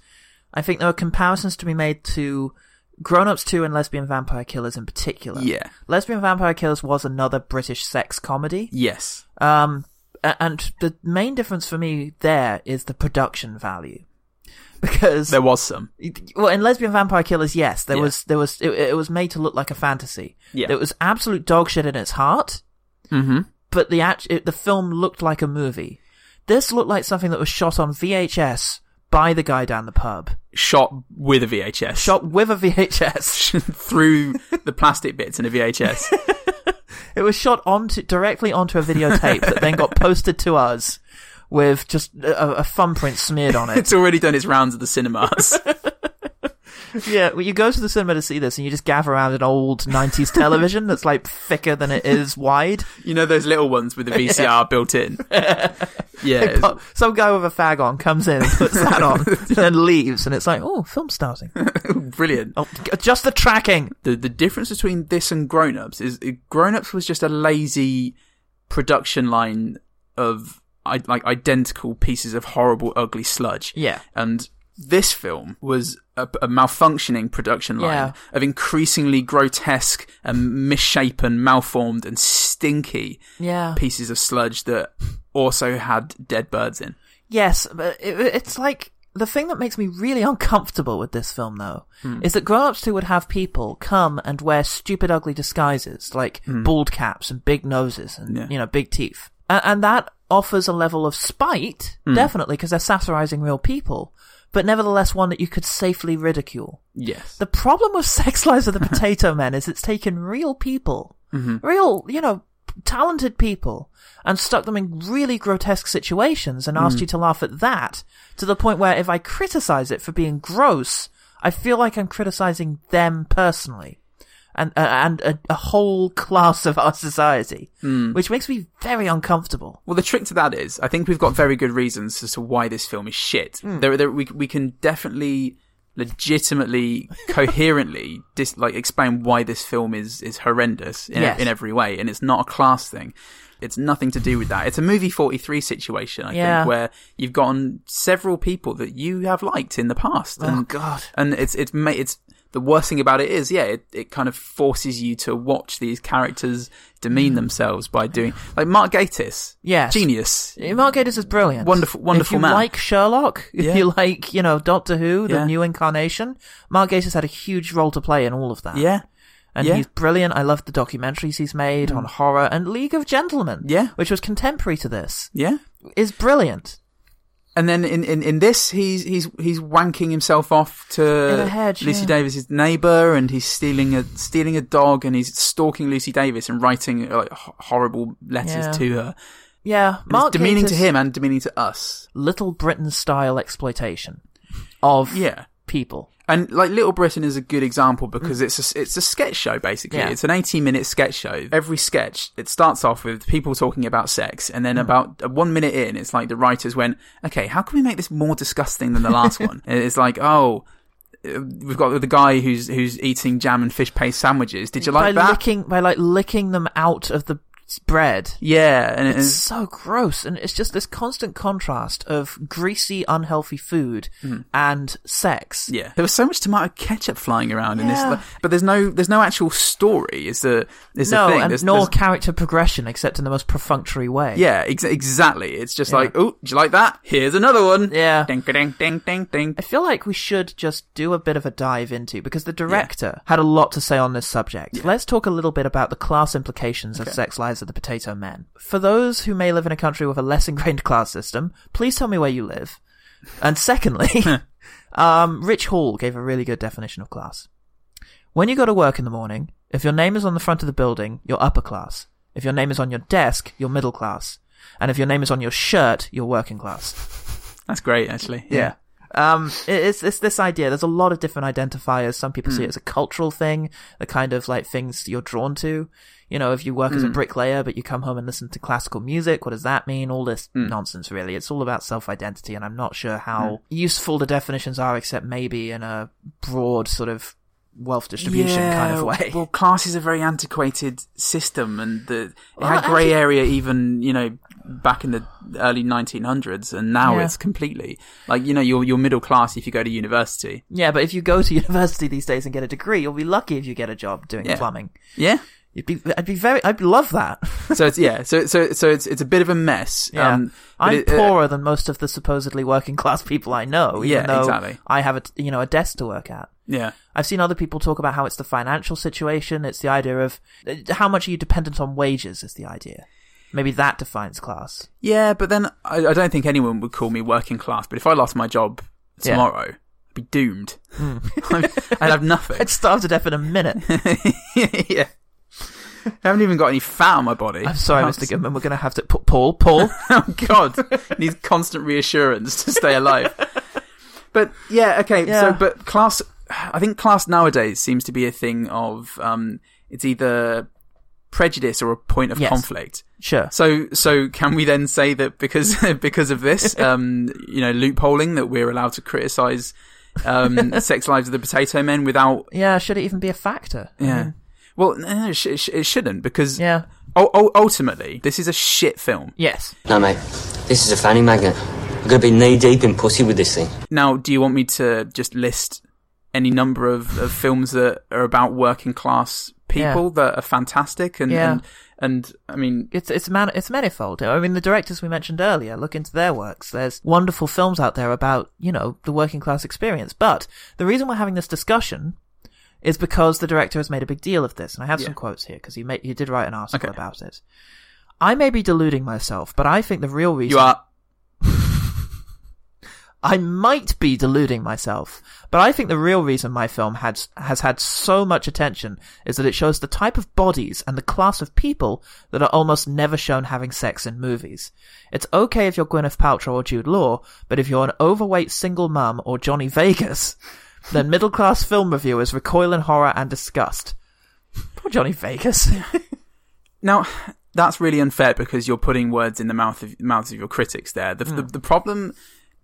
[SPEAKER 2] I think there are comparisons to be made to Grown Ups 2 and Lesbian Vampire Killers in particular.
[SPEAKER 3] Yeah.
[SPEAKER 2] Lesbian Vampire Killers was another British sex comedy.
[SPEAKER 3] Yes.
[SPEAKER 2] Um, a- and the main difference for me there is the production value. Because
[SPEAKER 3] There was some.
[SPEAKER 2] well, in Lesbian Vampire Killers, yes, there
[SPEAKER 3] Yeah.
[SPEAKER 2] was there was it, it was made to look like a fantasy.
[SPEAKER 3] Yeah.
[SPEAKER 2] it was absolute dog shit in its heart.
[SPEAKER 3] Mm-hmm.
[SPEAKER 2] but the act- it, the film looked like a movie. This looked like something that was shot on VHS by the guy down the pub,
[SPEAKER 3] Shot with a VHS.
[SPEAKER 2] shot with a VHS.
[SPEAKER 3] through the plastic bits in a VHS.
[SPEAKER 2] It was shot onto directly onto a videotape that then got posted to us with just a, a thumbprint smeared on it.
[SPEAKER 3] it's already done its rounds of the cinemas.
[SPEAKER 2] yeah, well, you go to the cinema to see this, and you just gather around an old '90s television that's like thicker than it is wide.
[SPEAKER 3] you know those little ones with the VCR built in. Yeah. it was-
[SPEAKER 2] Some guy with a fag on comes in and puts that on, and then leaves, and it's like, oh, film starting.
[SPEAKER 3] brilliant.
[SPEAKER 2] Oh, just the tracking.
[SPEAKER 3] the the difference between this and Grown Ups is Grown Ups was just a lazy production line of i- like identical pieces of horrible, ugly sludge.
[SPEAKER 2] Yeah.
[SPEAKER 3] and this film was a, a malfunctioning production line
[SPEAKER 2] Yeah.
[SPEAKER 3] of increasingly grotesque and misshapen, malformed, and stinky
[SPEAKER 2] Yeah.
[SPEAKER 3] pieces of sludge that also had dead birds in.
[SPEAKER 2] Yes, but it, it's like the thing that makes me really uncomfortable with this film, though, is that Grown Ups 2 would have people come and wear stupid, ugly disguises like bald caps and big noses and
[SPEAKER 3] Yeah.
[SPEAKER 2] you know big teeth, and, and that offers a level of spite, definitely, definitely, because they're satirizing real people, but nevertheless one that you could safely ridicule.
[SPEAKER 3] Yes,
[SPEAKER 2] The problem with Sex Lives of the Potato Men is it's taken real people, real, you know, talented people, and stuck them in really grotesque situations and asked you to laugh at that to the point where if I criticize it for being gross, I feel like I'm criticizing them personally. And, uh, and a, a whole class of our society, which makes me very uncomfortable.
[SPEAKER 3] Well, the trick to that is, I think we've got very good reasons as to why this film is shit.
[SPEAKER 2] Hmm.
[SPEAKER 3] There, there, we we can definitely, legitimately, coherently, dis, like explain why this film is is horrendous in,
[SPEAKER 2] Yes.
[SPEAKER 3] in every way, and it's not a class thing. It's nothing to do with that. It's a movie forty three situation, I
[SPEAKER 2] Yeah.
[SPEAKER 3] think, where you've gotten several people that you have liked in the past.
[SPEAKER 2] Oh, God.
[SPEAKER 3] And it's it's ma- it's the worst thing about it is, yeah, it, it kind of forces you to watch these characters demean themselves by doing like Mark Gatiss.
[SPEAKER 2] Mm. Yes.
[SPEAKER 3] Genius.
[SPEAKER 2] Mark Gatiss is brilliant.
[SPEAKER 3] Wonderful- wonderful
[SPEAKER 2] If you
[SPEAKER 3] man.
[SPEAKER 2] like Sherlock, if
[SPEAKER 3] Yeah.
[SPEAKER 2] you like, you know, Doctor Who, the
[SPEAKER 3] Yeah.
[SPEAKER 2] new incarnation, Mark Gatiss had a huge role to play in all of that.
[SPEAKER 3] Yeah.
[SPEAKER 2] And
[SPEAKER 3] yeah. Mm.
[SPEAKER 2] he's brilliant. I love the documentaries he's made on horror and League of Gentlemen.
[SPEAKER 3] Yeah.
[SPEAKER 2] Which was contemporary to this.
[SPEAKER 3] Yeah.
[SPEAKER 2] Is brilliant.
[SPEAKER 3] And then in, in, in this, he's he's he's wanking himself off
[SPEAKER 2] In
[SPEAKER 3] to
[SPEAKER 2] a hedge,
[SPEAKER 3] Lucy
[SPEAKER 2] yeah.
[SPEAKER 3] Davis's neighbor, and he's stealing a stealing a dog, and he's stalking Lucy Davis and writing uh, like, ho- horrible letters
[SPEAKER 2] Yeah.
[SPEAKER 3] to her.
[SPEAKER 2] Yeah.
[SPEAKER 3] And it's
[SPEAKER 2] Mark
[SPEAKER 3] demeaning to
[SPEAKER 2] Gatiss-
[SPEAKER 3] him and demeaning to us.
[SPEAKER 2] Little Britain style exploitation of
[SPEAKER 3] Yeah.
[SPEAKER 2] people.
[SPEAKER 3] And like Little Britain is a good example because it's a, it's a sketch show basically.
[SPEAKER 2] Mm. Yeah.
[SPEAKER 3] It's an 18 minute sketch show. Every sketch it starts off with people talking about sex and
[SPEAKER 2] Mm.
[SPEAKER 3] then about uh, 1 minute in it's like the writers went, "Okay, how can we make this more disgusting than the last one?" And it's like, "Oh, uh, we've got the guy who's who's eating jam and fish paste sandwiches. Did you like
[SPEAKER 2] by
[SPEAKER 3] that?"
[SPEAKER 2] licking by like licking them out of the bread.
[SPEAKER 3] yeah, and
[SPEAKER 2] It's so gross, and it's just this constant contrast of greasy, unhealthy food and sex.
[SPEAKER 3] Hmm. Yeah, there was so much tomato ketchup flying around in this,
[SPEAKER 2] Yeah.
[SPEAKER 3] like, but there's no there's no actual story. Is the is the
[SPEAKER 2] no,
[SPEAKER 3] thing?
[SPEAKER 2] and
[SPEAKER 3] There's-
[SPEAKER 2] nor
[SPEAKER 3] there's-
[SPEAKER 2] character progression, except in the most perfunctory way.
[SPEAKER 3] Yeah, ex- exactly. It's just
[SPEAKER 2] Yeah.
[SPEAKER 3] like, oh, do you like that? Here's another one.
[SPEAKER 2] Yeah.
[SPEAKER 3] Ding, ding, ding, ding, ding.
[SPEAKER 2] I feel like we should just do a bit of a dive into because the director had a lot to say on this subject. Let's talk a little bit about the class implications of sex lives of the potato men. For those who may live in a country with a less ingrained class system, please tell me where you live. And secondly, um, Rich Hall gave a really good definition of class. When you go to work in the morning, if your name is on the front of the building, you're upper class. If your name is on your desk, you're middle class. And if your name is on your shirt, you're working class.
[SPEAKER 3] That's great, actually.
[SPEAKER 2] Yeah. Um, it- it's, it's this idea. There's a lot of different identifiers. Some people see it as a cultural thing, the kind of like things you're drawn to. You know, if you work as a bricklayer, but you come home and listen to classical music, what does that mean? All this nonsense, really. It's all about self-identity, and I'm not sure how useful the definitions are, except maybe in a broad sort of wealth distribution kind of way.
[SPEAKER 3] Well, class is a very antiquated system, and the it
[SPEAKER 2] Well,
[SPEAKER 3] had grey area even you know back in the early 1900s, and now
[SPEAKER 2] Yeah.
[SPEAKER 3] it's completely like you know you're you're middle class if you go to university.
[SPEAKER 2] Yeah, but if you go to university these days and get a degree, you'll be lucky if you get a job doing
[SPEAKER 3] Yeah.
[SPEAKER 2] plumbing.
[SPEAKER 3] Yeah.
[SPEAKER 2] You'd be, I'd be very, I'd love that.
[SPEAKER 3] So it's yeah. So so so it's it's a bit of a mess.
[SPEAKER 2] Yeah.
[SPEAKER 3] but
[SPEAKER 2] I'm
[SPEAKER 3] it- uh,
[SPEAKER 2] poorer than most of the supposedly working class people I know. Even
[SPEAKER 3] Yeah,
[SPEAKER 2] though
[SPEAKER 3] exactly.
[SPEAKER 2] I have a, t- you know, a desk to work at.
[SPEAKER 3] yeah.
[SPEAKER 2] I've seen other people talk about how it's the financial situation. It's the idea of uh, how much are you dependent on wages is the idea. Maybe that defines class.
[SPEAKER 3] Yeah, but then I, I don't think anyone would call me working class. But if I lost my job
[SPEAKER 2] Yeah. Hmm.
[SPEAKER 3] tomorrow, I'd be doomed. I'd I'd have nothing.
[SPEAKER 2] I'd starve to death in a minute.
[SPEAKER 3] yeah. I haven't even got any fat on my body.
[SPEAKER 2] I'm sorry,
[SPEAKER 3] How-
[SPEAKER 2] Mr. Goodman. We're going to have to Pa- Paul. Paul.
[SPEAKER 3] Oh God, needs constant reassurance to stay alive. But yeah, okay.
[SPEAKER 2] Yeah.
[SPEAKER 3] So, but class, I think class nowadays seems to be a thing of um, it's either prejudice or a point of
[SPEAKER 2] Yes.
[SPEAKER 3] conflict.
[SPEAKER 2] Sure.
[SPEAKER 3] So, so can we then say that because because of this, um, you know, loopholing that we're allowed to criticise um, sex lives of the potato men without?
[SPEAKER 2] Yeah. Should it even be a factor?
[SPEAKER 3] Yeah. Well, no, it, sh- it sh- it shouldn't because
[SPEAKER 2] Yeah.
[SPEAKER 3] u- u- ultimately this is a shit film.
[SPEAKER 2] Yes.
[SPEAKER 5] No, mate. This is a fanny magnet. I'm gonna be knee deep in pussy with this thing.
[SPEAKER 3] Now, do you want me to just list any number of, of films that are about working class people
[SPEAKER 2] Yeah.
[SPEAKER 3] that are fantastic and,
[SPEAKER 2] Yeah.
[SPEAKER 3] and and I mean
[SPEAKER 2] It's it's man it's manifold. I mean, the directors we mentioned earlier look into their works. There's wonderful films out there about you know the working class experience. But the reason we're having this discussion is because the director has made a big deal of this, and I have some quotes here because he made he did write an article
[SPEAKER 3] Okay.
[SPEAKER 2] about it. I may be deluding myself, but I think the real reason
[SPEAKER 3] you are
[SPEAKER 2] I might be deluding myself, but I think the real reason my film had, has had so much attention is that it shows the type of bodies and the class of people that are almost never shown having sex in movies. It's okay if you're Gwyneth Paltrow or Jude Law, but if you're an overweight single mum or Johnny Vegas, then middle class film reviewers recoil in horror and disgust. Poor Johnny Vegas.
[SPEAKER 3] now that's really unfair because you're putting words in the mouth of mouths of your critics there. The, the
[SPEAKER 2] Hmm.
[SPEAKER 3] the problem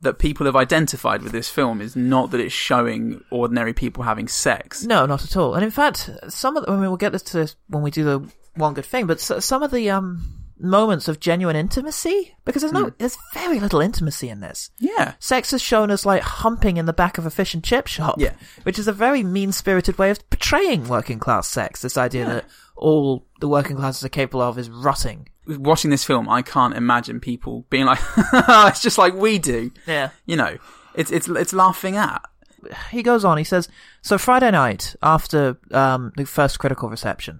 [SPEAKER 3] that people have identified with this film is not that it's showing ordinary people having sex.
[SPEAKER 2] No, not at all. And in fact, some of the, I mean, we'll get this to this when we do the one good thing, but s- some of the um moments of genuine intimacy because there's no, there's very little intimacy in this.
[SPEAKER 3] Yeah.
[SPEAKER 2] Sex is shown as like humping in the back of a fish and chip shop,
[SPEAKER 3] Yeah.
[SPEAKER 2] which is a very mean spirited way of portraying working class sex. This idea that all the working classes are capable of is rotting.
[SPEAKER 3] Watching this film, I can't imagine people being like it's just like we do.
[SPEAKER 2] Yeah.
[SPEAKER 3] You know, it's it's it's laughing at.
[SPEAKER 2] he goes on. He says, "So Friday night, after um, the first critical reception,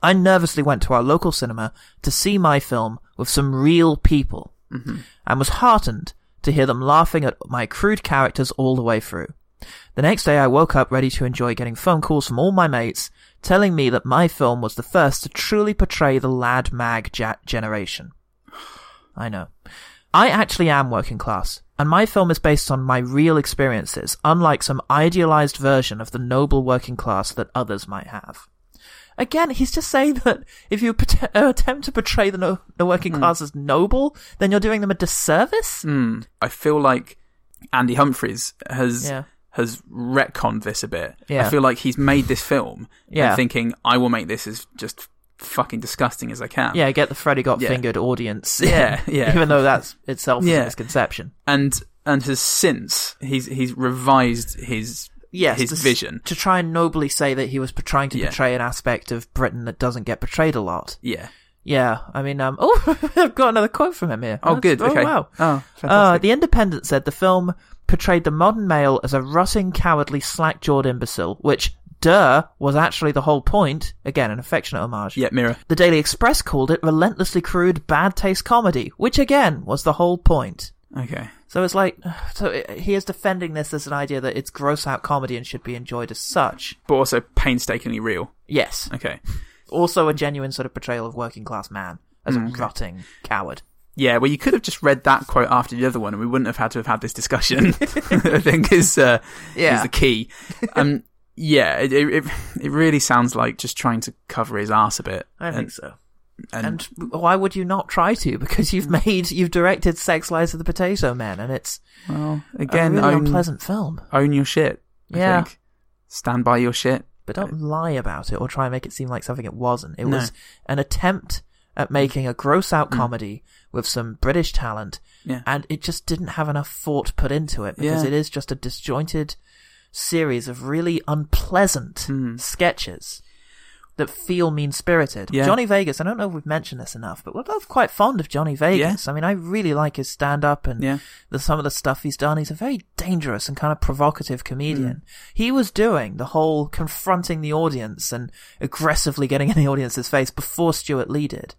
[SPEAKER 2] I nervously went to our local cinema to see my film with some real people, and was heartened to hear them laughing at my crude characters all the way through. The next day, I woke up ready to enjoy getting phone calls from all my mates telling me that my film was the first to truly portray the lad mag ja- generation. I know." I actually am working class, and my film is based on my real experiences, unlike some idealized version of the noble working class that others might have. Again, he's just saying that if you pret- uh, attempt to portray the, no- the working
[SPEAKER 3] Hmm.
[SPEAKER 2] class as noble, then you're doing them a disservice.
[SPEAKER 3] I feel like Andy Humphries has
[SPEAKER 2] Yeah.
[SPEAKER 3] has retconned this a bit.
[SPEAKER 2] Yeah.
[SPEAKER 3] I feel like he's made this film
[SPEAKER 2] Yeah.
[SPEAKER 3] and thinking I will make this as just fucking disgusting as I can.
[SPEAKER 2] Yeah, get the Freddy got
[SPEAKER 3] Yeah.
[SPEAKER 2] fingered audience.
[SPEAKER 3] Yeah, yeah.
[SPEAKER 2] Even though that's itself a
[SPEAKER 3] Yeah.
[SPEAKER 2] misconception.
[SPEAKER 3] And and has since he's he's revised his
[SPEAKER 2] Yes,
[SPEAKER 3] his
[SPEAKER 2] to s-
[SPEAKER 3] vision.
[SPEAKER 2] to try and nobly say that he was p- trying to
[SPEAKER 3] Yeah.
[SPEAKER 2] portray an aspect of Britain that doesn't get portrayed a lot.
[SPEAKER 3] Yeah.
[SPEAKER 2] Yeah, I mean, um, oh, I've got another quote from him here.
[SPEAKER 3] Oh, good, okay.
[SPEAKER 2] wow.
[SPEAKER 3] Oh, fantastic.
[SPEAKER 2] Uh, the Independent said the film portrayed the modern male as a rotting, cowardly, slack-jawed imbecile, which, duh, was actually the whole point. Again, an affectionate homage.
[SPEAKER 3] Yeah, Mira.
[SPEAKER 2] The Daily Express called it relentlessly crude, bad taste comedy, which again was the whole point.
[SPEAKER 3] Okay.
[SPEAKER 2] So it's like, so it- he is defending this as an idea that it's gross out comedy and should be enjoyed as such.
[SPEAKER 3] But also painstakingly real.
[SPEAKER 2] Yes.
[SPEAKER 3] Okay.
[SPEAKER 2] Also a genuine sort of portrayal of working class man as
[SPEAKER 3] Mm,
[SPEAKER 2] a rotting coward.
[SPEAKER 3] Yeah, well, you could have just read that quote after the other one, and we wouldn't have had to have had this discussion. I think is uh,
[SPEAKER 2] Yeah.
[SPEAKER 3] is the key. Um, yeah, it, it it- it really sounds like just trying to cover his ass a bit.
[SPEAKER 2] I think
[SPEAKER 3] and,
[SPEAKER 2] so.
[SPEAKER 3] And, Mm.
[SPEAKER 2] and why would you not try to? Because you've made, you've directed Sex Lies of the Potato Man, and it's
[SPEAKER 3] well,
[SPEAKER 2] again,
[SPEAKER 3] again,
[SPEAKER 2] a really
[SPEAKER 3] own,
[SPEAKER 2] unpleasant film.
[SPEAKER 3] own your shit. I
[SPEAKER 2] Yeah.
[SPEAKER 3] think. stand by your shit.
[SPEAKER 2] But don't lie about it or try and make it seem like something it wasn't. It
[SPEAKER 3] No. Mm.
[SPEAKER 2] was an attempt at making a gross out comedy with some British talent,
[SPEAKER 3] Yeah.
[SPEAKER 2] and it just didn't have enough thought put into it because
[SPEAKER 3] Yeah.
[SPEAKER 2] it is just a disjointed series of really unpleasant
[SPEAKER 3] Mm.
[SPEAKER 2] sketches that feel mean spirited.
[SPEAKER 3] Yeah.
[SPEAKER 2] Johnny Vegas, I don't know if we've mentioned this enough, but we're both quite fond of Johnny Vegas. I mean, I really like his stand up and
[SPEAKER 3] Yeah.
[SPEAKER 2] the, some of the stuff he's done. He's a very dangerous and kind of provocative comedian. He was doing the whole confronting the audience and aggressively getting in the audience's face before Stuart Lee did.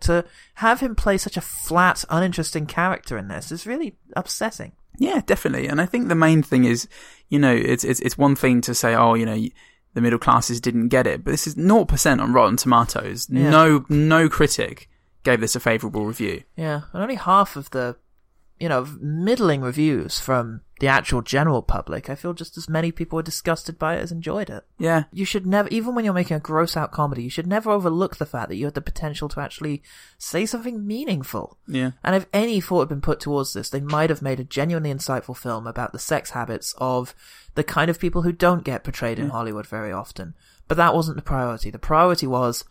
[SPEAKER 2] To have him play such a flat, uninteresting character in this is really upsetting.
[SPEAKER 3] Yeah, definitely. And I think the main thing is, you know, it's it's it's one thing to say, oh, you know, the middle classes didn't get it, but this is 0% on Rotten Tomatoes.
[SPEAKER 2] Yeah.
[SPEAKER 3] No no critic gave this a favorable review.
[SPEAKER 2] Yeah, and only half of the, you know, middling reviews from the actual general public. I feel just as many people are disgusted by it as enjoyed it.
[SPEAKER 3] Yeah.
[SPEAKER 2] You should never, even when you're making a gross out comedy, you should never overlook the fact that you had the potential to actually say something meaningful.
[SPEAKER 3] Yeah.
[SPEAKER 2] And if any thought had been put towards this, they might have made a genuinely insightful film about the sex habits of the kind of people who don't get portrayed in Hollywood very often. But that wasn't the priority. The priority was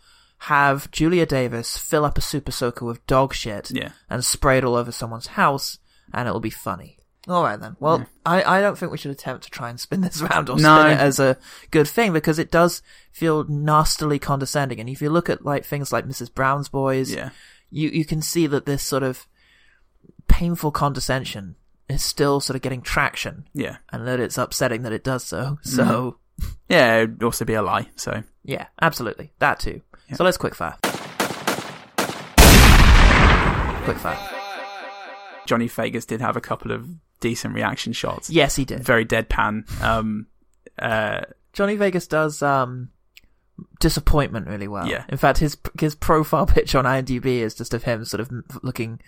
[SPEAKER 2] have Julia Davis fill up a super soaker with dog shit
[SPEAKER 3] Yeah.
[SPEAKER 2] and spray it all over someone's house and it'll be funny. All right then. Well, I, I don't think we should attempt to try and spin this round or
[SPEAKER 3] No.
[SPEAKER 2] spin it as a good thing because it does feel nastily condescending. And if you look at like things like Mrs. Brown's Boys,
[SPEAKER 3] Yeah.
[SPEAKER 2] you you can see that this sort of painful condescension is still sort of getting traction,
[SPEAKER 3] Yeah.
[SPEAKER 2] and that it's upsetting that it does so. So
[SPEAKER 3] Yeah, it would also be a lie. So,
[SPEAKER 2] yeah, absolutely that too. So let's quickfire. Quickfire.
[SPEAKER 3] Johnny Fagus did have a couple of decent reaction shots.
[SPEAKER 2] Yes, he did.
[SPEAKER 3] Very deadpan. Um uh
[SPEAKER 2] Johnny Vegas does um disappointment really well.
[SPEAKER 3] Yeah.
[SPEAKER 2] In fact, his his profile picture on IMDb is just of him sort of looking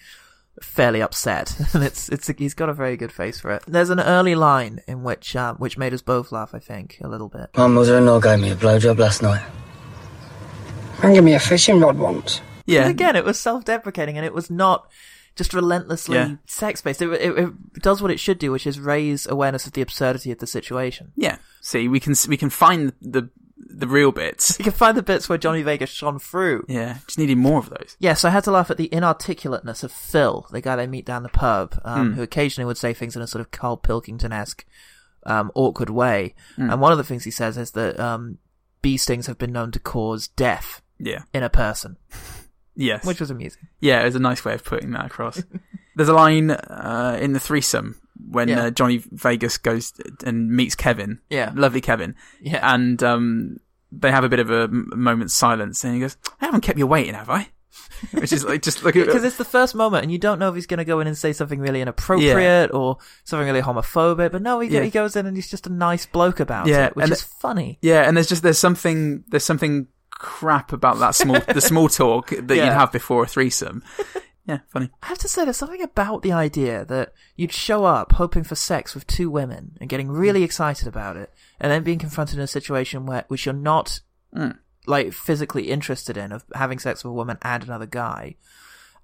[SPEAKER 2] fairly upset, and it's it's he's got a very good face for it. There's an early line in which um, which made us both laugh, I think, a little bit.
[SPEAKER 8] My mother-in-law gave me a blowjob last night.
[SPEAKER 4] And give me a fishing rod once.
[SPEAKER 3] yeah.
[SPEAKER 2] But again, it was self-deprecating, and it was not just relentlessly
[SPEAKER 3] Yeah.
[SPEAKER 2] sex-based. It, it, it does what it should do, which is raise awareness of the absurdity of the situation.
[SPEAKER 3] Yeah. See, we can s- we can find the the real bits.
[SPEAKER 2] You can find the bits where Johnny Vegas shone through.
[SPEAKER 3] Yeah. Just needed more of those.
[SPEAKER 2] Yes, I had to laugh at the inarticulateness of Phil, the guy they meet down the pub,
[SPEAKER 3] Hmm.
[SPEAKER 2] um, who occasionally would say things in a sort of Carl Pilkington esque, um, awkward way.
[SPEAKER 3] Hmm.
[SPEAKER 2] And one of the things he says is that um, bee stings have been known to cause death
[SPEAKER 3] Yeah.
[SPEAKER 2] in a person,
[SPEAKER 3] Yes.
[SPEAKER 2] which was amusing.
[SPEAKER 3] Yeah, it was a nice way of putting that across. There's a line uh, in the threesome when
[SPEAKER 2] Yeah.
[SPEAKER 3] uh, Johnny Vegas goes and meets Kevin.
[SPEAKER 2] Yeah.
[SPEAKER 3] lovely Kevin.
[SPEAKER 2] Yeah.
[SPEAKER 3] and um, they have a bit of a m- moment's silence, and he goes, "I haven't kept you waiting, have I?" Which is like just look at
[SPEAKER 2] Because it's the first moment, and you don't know if he's going to go in and say something really inappropriate or something really homophobic. But no, he, go-
[SPEAKER 3] Yeah.
[SPEAKER 2] he goes in and he's just a nice bloke about
[SPEAKER 3] Yeah,
[SPEAKER 2] it, which
[SPEAKER 3] and
[SPEAKER 2] is funny.
[SPEAKER 3] yeah, and there's just there's something there's something crap about that small the small talk that
[SPEAKER 2] Yeah.
[SPEAKER 3] you'd have before a threesome. Yeah, funny.
[SPEAKER 2] I have to say, there's something about the idea that you'd show up hoping for sex with two women and
[SPEAKER 3] Hmm.
[SPEAKER 2] getting really excited about it, and then being confronted in a situation where which you're not
[SPEAKER 3] Hmm.
[SPEAKER 2] like physically interested in of having sex with a woman and another guy,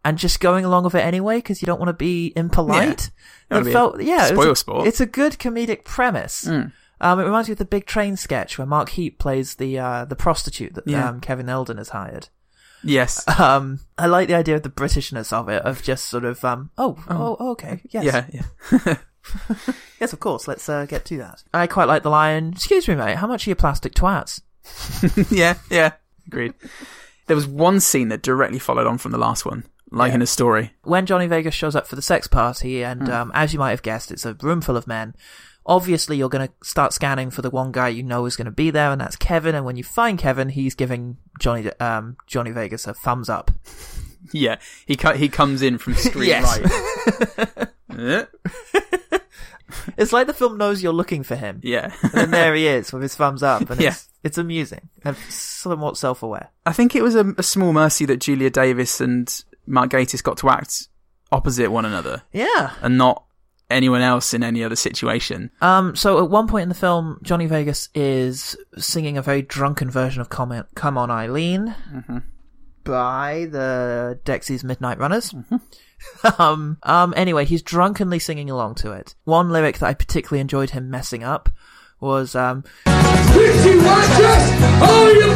[SPEAKER 2] and just going along with it anyway because you don't want to be impolite.
[SPEAKER 3] Don't wanna
[SPEAKER 2] It
[SPEAKER 3] be a
[SPEAKER 2] felt yeah, it was
[SPEAKER 3] spoil
[SPEAKER 2] a-
[SPEAKER 3] sport. Hmm.
[SPEAKER 2] It's a good comedic premise. Um, it reminds me of the Big Train sketch where Mark Heap plays the uh, the prostitute that
[SPEAKER 3] Yeah.
[SPEAKER 2] um, Kevin Eldon has hired.
[SPEAKER 3] Yes.
[SPEAKER 2] Um, I like the idea of the Britishness of it, of just sort of, um, oh, oh, oh, okay, yes,
[SPEAKER 3] Yeah, yeah.
[SPEAKER 2] yes, of course. Let's uh, get to that. I quite like the line. Excuse me, mate. How much are your plastic twats?
[SPEAKER 3] yeah, yeah. Agreed. There was one scene that directly followed on from the last one, like in a story.
[SPEAKER 2] When Johnny Vegas shows up for the sex party, and um, as you might have guessed, it's a room full of men. Obviously, you're going to start scanning for the one guy you know is going to be there, and that's Kevin. And when you find Kevin, he's giving Johnny um, Johnny Vegas a thumbs up.
[SPEAKER 3] Yeah, he co- he comes in from screen
[SPEAKER 2] Yes.
[SPEAKER 3] right. Eh?
[SPEAKER 2] It's like the film knows you're looking for him,
[SPEAKER 3] yeah.
[SPEAKER 2] and there he is with his thumbs up, and
[SPEAKER 3] Yeah.
[SPEAKER 2] it's, it's amusing and somewhat self-aware.
[SPEAKER 3] I think it was a, a small mercy that Julia Davis and Mark Gatiss got to act opposite one another
[SPEAKER 2] Yeah,
[SPEAKER 3] and not anyone else in any other situation. Uh,
[SPEAKER 2] Um, so at one point in the film, Johnny Vegas is singing a very drunken version of Come, Come On Eileen by the Dexys Midnight Runners. um, um, anyway, he's drunkenly singing along to it. One lyric that I particularly enjoyed him messing up was, um,
[SPEAKER 4] Witchy watchers! Oh, you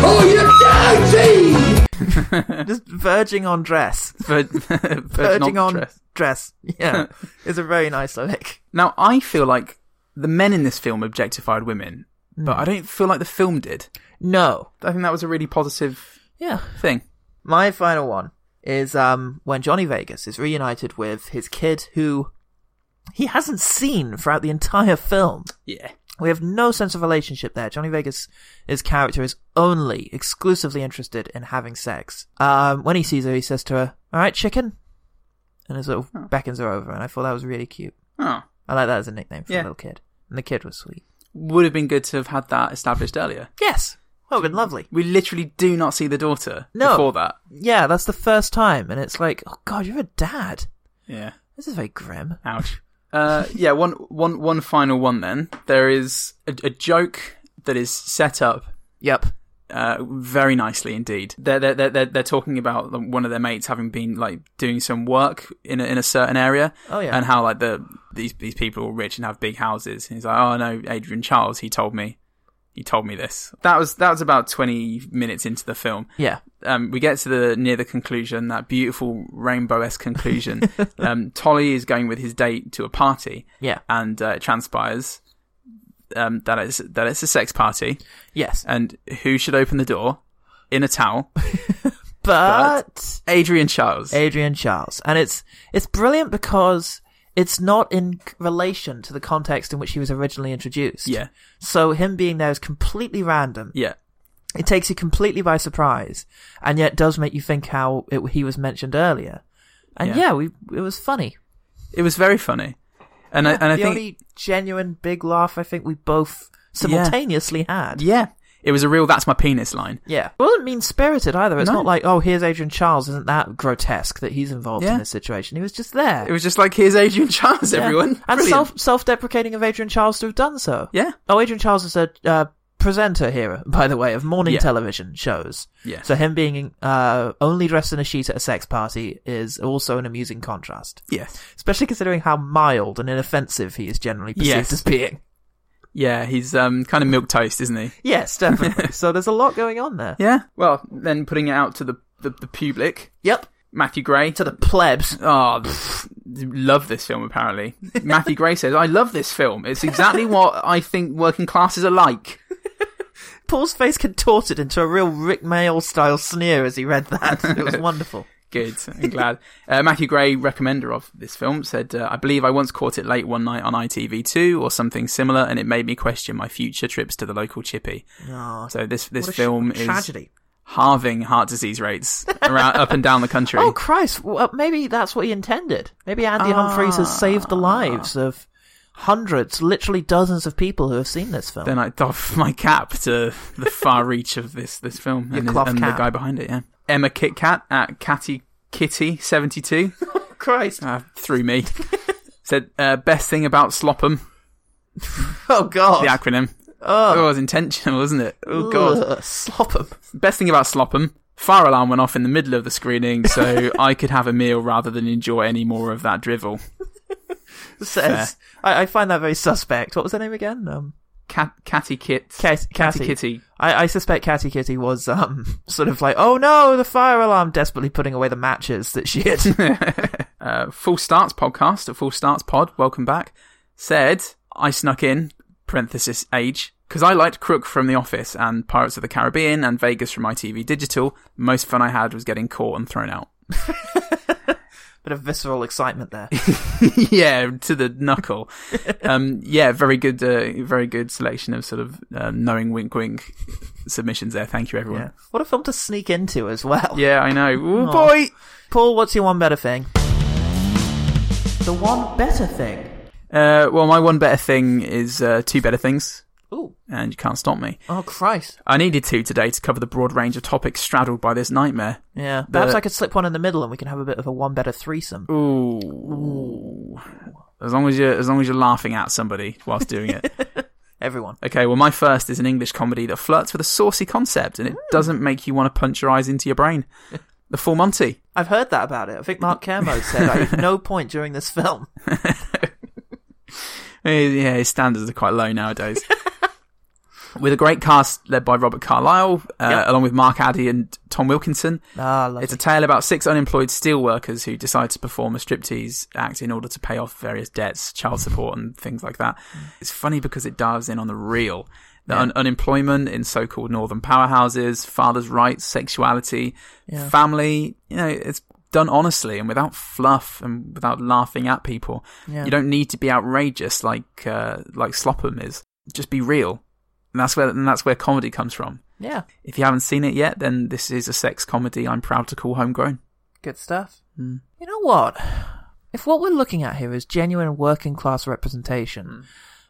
[SPEAKER 4] butchers! Oh, you dirty!
[SPEAKER 2] Just verging on dress.
[SPEAKER 3] Vir- virgin
[SPEAKER 2] Verging on
[SPEAKER 3] dress.
[SPEAKER 2] dress. Yeah. it's a very nice lyric.
[SPEAKER 3] Now, I feel like the men in this film objectified women,
[SPEAKER 2] Hmm.
[SPEAKER 3] but I don't feel like the film did.
[SPEAKER 2] No.
[SPEAKER 3] I think that was a really positive
[SPEAKER 2] Yeah.
[SPEAKER 3] thing.
[SPEAKER 2] My final one is um, when Johnny Vegas is reunited with his kid who he hasn't seen throughout the entire film.
[SPEAKER 3] Yeah.
[SPEAKER 2] We have no sense of relationship there. Johnny Vegas, his character is only exclusively interested in having sex. Um, when he sees her, he says to her, "All right, chicken," and he sort of beckons her over. And I thought that was really cute.
[SPEAKER 3] Oh.
[SPEAKER 2] I like that as a nickname for a
[SPEAKER 3] Yeah.
[SPEAKER 2] little kid. And the kid was sweet.
[SPEAKER 3] Would have been good to have had that established earlier.
[SPEAKER 2] Yes, that would have been lovely.
[SPEAKER 3] We literally do not see the daughter
[SPEAKER 2] No.
[SPEAKER 3] before that.
[SPEAKER 2] Yeah, that's the first time, and it's like, oh god, you're a dad.
[SPEAKER 3] Yeah.
[SPEAKER 2] This is very grim.
[SPEAKER 3] Ouch. Uh, yeah, one, one, one final one then. There is a, a joke that is set up
[SPEAKER 2] Yep.
[SPEAKER 3] uh, very nicely indeed. They're, they're, they're, they're, they're talking about one of their mates having been like doing some work in a, in a certain area.
[SPEAKER 2] Oh, yeah.
[SPEAKER 3] And how like the these these people are rich and have big houses. And he's like, oh no, Adrian Charles, he told me, he told me this. That was that was about twenty minutes into the film.
[SPEAKER 2] Yeah.
[SPEAKER 3] Um, we get to the near the conclusion, that beautiful rainbow esque conclusion. um, Tolly is going with his date to a party,
[SPEAKER 2] Yeah.
[SPEAKER 3] and uh, it transpires um, that it's that it's a sex party.
[SPEAKER 2] Yes.
[SPEAKER 3] And who should open the door? In a towel,
[SPEAKER 2] but...
[SPEAKER 3] Adrian Charles.
[SPEAKER 2] Adrian Charles, and it's it's brilliant because it's not in c- relation to the context in which he was originally introduced.
[SPEAKER 3] Yeah.
[SPEAKER 2] So him being there is completely random.
[SPEAKER 3] yeah,
[SPEAKER 2] It takes you completely by surprise, and yet does make you think how it, he was mentioned earlier. And
[SPEAKER 3] Yeah.
[SPEAKER 2] yeah, we it was funny.
[SPEAKER 3] it was very funny, and I, and I
[SPEAKER 2] the
[SPEAKER 3] think
[SPEAKER 2] only genuine big laugh I think we both simultaneously had.
[SPEAKER 3] yeah, it was a real "that's my penis" line.
[SPEAKER 2] Yeah. It wasn't mean spirited either. It's
[SPEAKER 3] No.
[SPEAKER 2] not like, oh, here's Adrian Charles. Isn't that grotesque that he's involved
[SPEAKER 3] Yeah.
[SPEAKER 2] in this situation? He was just there.
[SPEAKER 3] It was just like, "Here's Adrian Charles,
[SPEAKER 2] Yeah.
[SPEAKER 3] everyone."
[SPEAKER 2] And
[SPEAKER 3] Brilliant.
[SPEAKER 2] self self deprecating of Adrian Charles to have done so.
[SPEAKER 3] Yeah.
[SPEAKER 2] Oh, Adrian Charles is a uh, presenter here, by the way, of morning
[SPEAKER 3] Yeah.
[SPEAKER 2] television shows.
[SPEAKER 3] Yeah.
[SPEAKER 2] So him being uh, only dressed in a sheet at a sex party is also an amusing contrast,
[SPEAKER 3] yes,
[SPEAKER 2] especially considering how mild and inoffensive he is generally perceived
[SPEAKER 3] Yes.
[SPEAKER 2] as being.
[SPEAKER 3] yeah, he's um kind of milk toast, isn't he?
[SPEAKER 2] Yes, definitely. so there's a lot going on there.
[SPEAKER 3] Yeah. Well, then putting it out to the the, the public,
[SPEAKER 2] Yep.
[SPEAKER 3] Matthew Gray
[SPEAKER 2] To the plebs.
[SPEAKER 3] Oh, pff, love this film, apparently. Matthew Gray says, I love this film. It's exactly what I think working classes are like.
[SPEAKER 2] Paul's face contorted into a real Rick Mayall style sneer as he read that. It was wonderful.
[SPEAKER 3] Good. I'm glad. Uh, Matthew Gray, recommender of this film, said, uh, I believe I once caught it late one night on ITV2 or something similar, and it made me question my future trips to the local chippy. so this, this
[SPEAKER 2] What a sh-
[SPEAKER 3] film is
[SPEAKER 2] tragedy.
[SPEAKER 3] halving heart disease rates around, up and down the country.
[SPEAKER 2] Oh Christ! Well, maybe that's what he intended. Maybe Andy Humphries
[SPEAKER 3] Ah.
[SPEAKER 2] has saved the lives of hundreds, literally dozens of people who have seen this film.
[SPEAKER 3] then I doff my cap to the far reach of this this film and, his-
[SPEAKER 2] cloth
[SPEAKER 3] and the
[SPEAKER 2] cap.
[SPEAKER 3] guy behind it. Yeah, Emma Kit Kat at Catty Kitty seventy two
[SPEAKER 2] Christ!
[SPEAKER 3] uh, through me said uh, best thing about Slopham
[SPEAKER 2] Oh God!
[SPEAKER 3] the acronym. Oh, it was intentional, wasn't it? Oh god,
[SPEAKER 2] Ugh, slop 'em.
[SPEAKER 3] best thing about Slopham. Fire alarm went off in the middle of the screening, so I could have a meal rather than enjoy any more of that drivel.
[SPEAKER 2] Says I, I find that very suspect. What was her name again? Um,
[SPEAKER 3] Cat, catty Kit,
[SPEAKER 2] Cat-
[SPEAKER 3] Catty
[SPEAKER 2] Catty.
[SPEAKER 3] Kitty.
[SPEAKER 2] I, I suspect Catty Kitty was um sort of like, oh no, the fire alarm, desperately putting away the matches that she had.
[SPEAKER 3] Full Starts podcast at Full Starts Pod, welcome back, said, I snuck in, parenthesis age, because I liked Crook from The Office and Pirates of the Caribbean and Vegas from ITV Digital. Most fun I had was getting caught and thrown out.
[SPEAKER 2] Bit of visceral excitement there.
[SPEAKER 3] yeah, to the knuckle. um, yeah, very good, uh, very good selection of sort of um, knowing wink wink submissions there. Thank you,
[SPEAKER 2] Yeah.
[SPEAKER 3] everyone.
[SPEAKER 2] What a film to sneak into as well.
[SPEAKER 3] Yeah, I know. Ooh,
[SPEAKER 2] Aw.
[SPEAKER 3] boy!
[SPEAKER 2] Paul, what's your one better thing? The one better thing.
[SPEAKER 3] Uh, well, my one better thing is uh, two better things,
[SPEAKER 2] Ooh.
[SPEAKER 3] and you can't stop me.
[SPEAKER 2] Oh Christ.
[SPEAKER 3] I needed to today to cover the broad range of topics straddled by this nightmare.
[SPEAKER 2] Yeah. Perhaps
[SPEAKER 3] The-
[SPEAKER 2] I could slip one in the middle and we can have a bit of a one better threesome.
[SPEAKER 3] Ooh. As long as you're as long as you're laughing at somebody whilst doing it.
[SPEAKER 2] Everyone.
[SPEAKER 3] okay, well my first is an English comedy that flirts with a saucy concept and it doesn't make you want to punch your eyes into your brain. The Full Monty.
[SPEAKER 2] I've heard that about it. I think Mark Kermode said I at no point during this film.
[SPEAKER 3] Eh, Yeah, his standards are quite low nowadays. with a great cast led by Robert Carlyle, uh,
[SPEAKER 2] Yep.
[SPEAKER 3] along with Mark Addy and Tom Wilkinson.
[SPEAKER 2] Ah, lovely.
[SPEAKER 3] It's a tale about six unemployed steelworkers who decide to perform a striptease act in order to pay off various debts, child support, and things like that. It's funny because it dives in on the real. The un- unemployment in so-called northern powerhouses, father's rights, sexuality, family, you know, it's done honestly and without fluff and without laughing at people. You don't need to be outrageous like, uh, like Slopham is. Just be real. And that's where, and that's where comedy comes from.
[SPEAKER 2] Yeah,
[SPEAKER 3] If you haven't seen it yet, then this is a sex comedy I'm proud to call Homegrown.
[SPEAKER 2] good stuff. You know what? If what we're looking at here is genuine working class representation,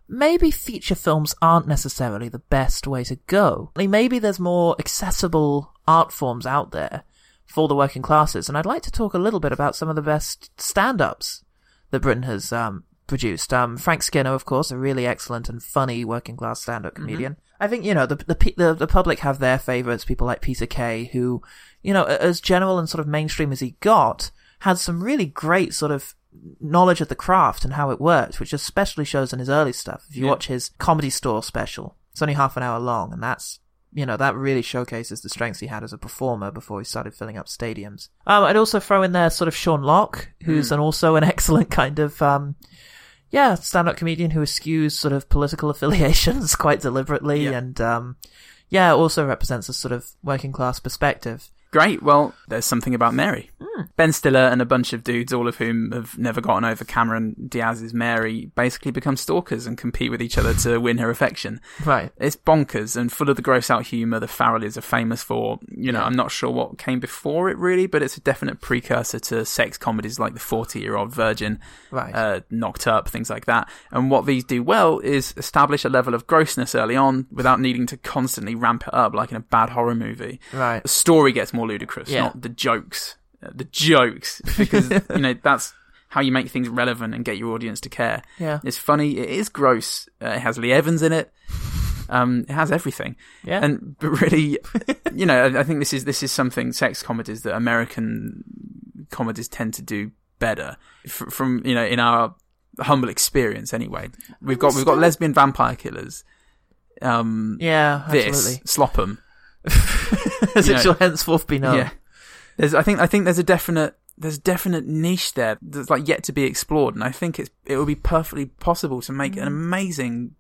[SPEAKER 2] maybe feature films aren't necessarily the best way to go. I mean, maybe there's more accessible art forms out there for the working classes, and I'd like to talk a little bit about some of the best stand ups that Britain has um, produced. Um, Frank Skinner, of course, a really excellent and funny working class stand up comedian. I think, you know, the, the, pe- the, the public have their favourites, people like Peter Kay, who, you know, a- as general and sort of mainstream as he got, had some really great sort of knowledge of the craft and how it worked, which especially shows in his early stuff. If you watch his comedy store special, it's only half an hour long, and that's you know that really showcases the strengths he had as a performer before he started filling up stadiums. Um, I'd also throw in there sort of Sean Locke,
[SPEAKER 3] Hmm.
[SPEAKER 2] who's an, also an excellent kind of um, yeah stand-up comedian who eschews sort of political affiliations quite deliberately,
[SPEAKER 3] Yeah.
[SPEAKER 2] and um, yeah, also represents a sort of working class perspective.
[SPEAKER 3] Great. Well, there's something about Mary. Ben Stiller and a bunch of dudes, all of whom have never gotten over Cameron Diaz's Mary, basically become stalkers and compete with each other to win her affection.
[SPEAKER 2] Right.
[SPEAKER 3] It's bonkers and full of the gross out humour the Farrellys are famous for. You know, I'm not sure what came before it really, but it's a definite precursor to sex comedies like The 40 Year Old Virgin,
[SPEAKER 2] Right.
[SPEAKER 3] uh, Knocked Up, things like that. And what these do well is establish a level of grossness early on without needing to constantly ramp it up like in a bad horror movie.
[SPEAKER 2] Right.
[SPEAKER 3] The story gets more ludicrous,
[SPEAKER 2] Yeah.
[SPEAKER 3] not the jokes. Uh, The jokes, because, you know, that's how you make things relevant and get your audience to care.
[SPEAKER 2] Yeah.
[SPEAKER 3] It's funny. It is gross. Uh, it has Lee Evans in it. Um, it has everything.
[SPEAKER 2] Yeah.
[SPEAKER 3] And but really, you know, I, I think this is this is something sex comedies that American comedies tend to do better F- from you know in our humble experience anyway. We've got we've got lesbian vampire killers. Um,
[SPEAKER 2] Yeah,
[SPEAKER 3] this
[SPEAKER 2] absolutely.
[SPEAKER 3] Slopham.
[SPEAKER 2] As
[SPEAKER 3] you
[SPEAKER 2] it
[SPEAKER 3] know-
[SPEAKER 2] shall henceforth be known.
[SPEAKER 3] Yeah. There's I think I think there's a definite there's a definite niche there that's like yet to be explored and I think it's it would be perfectly possible to make an amazing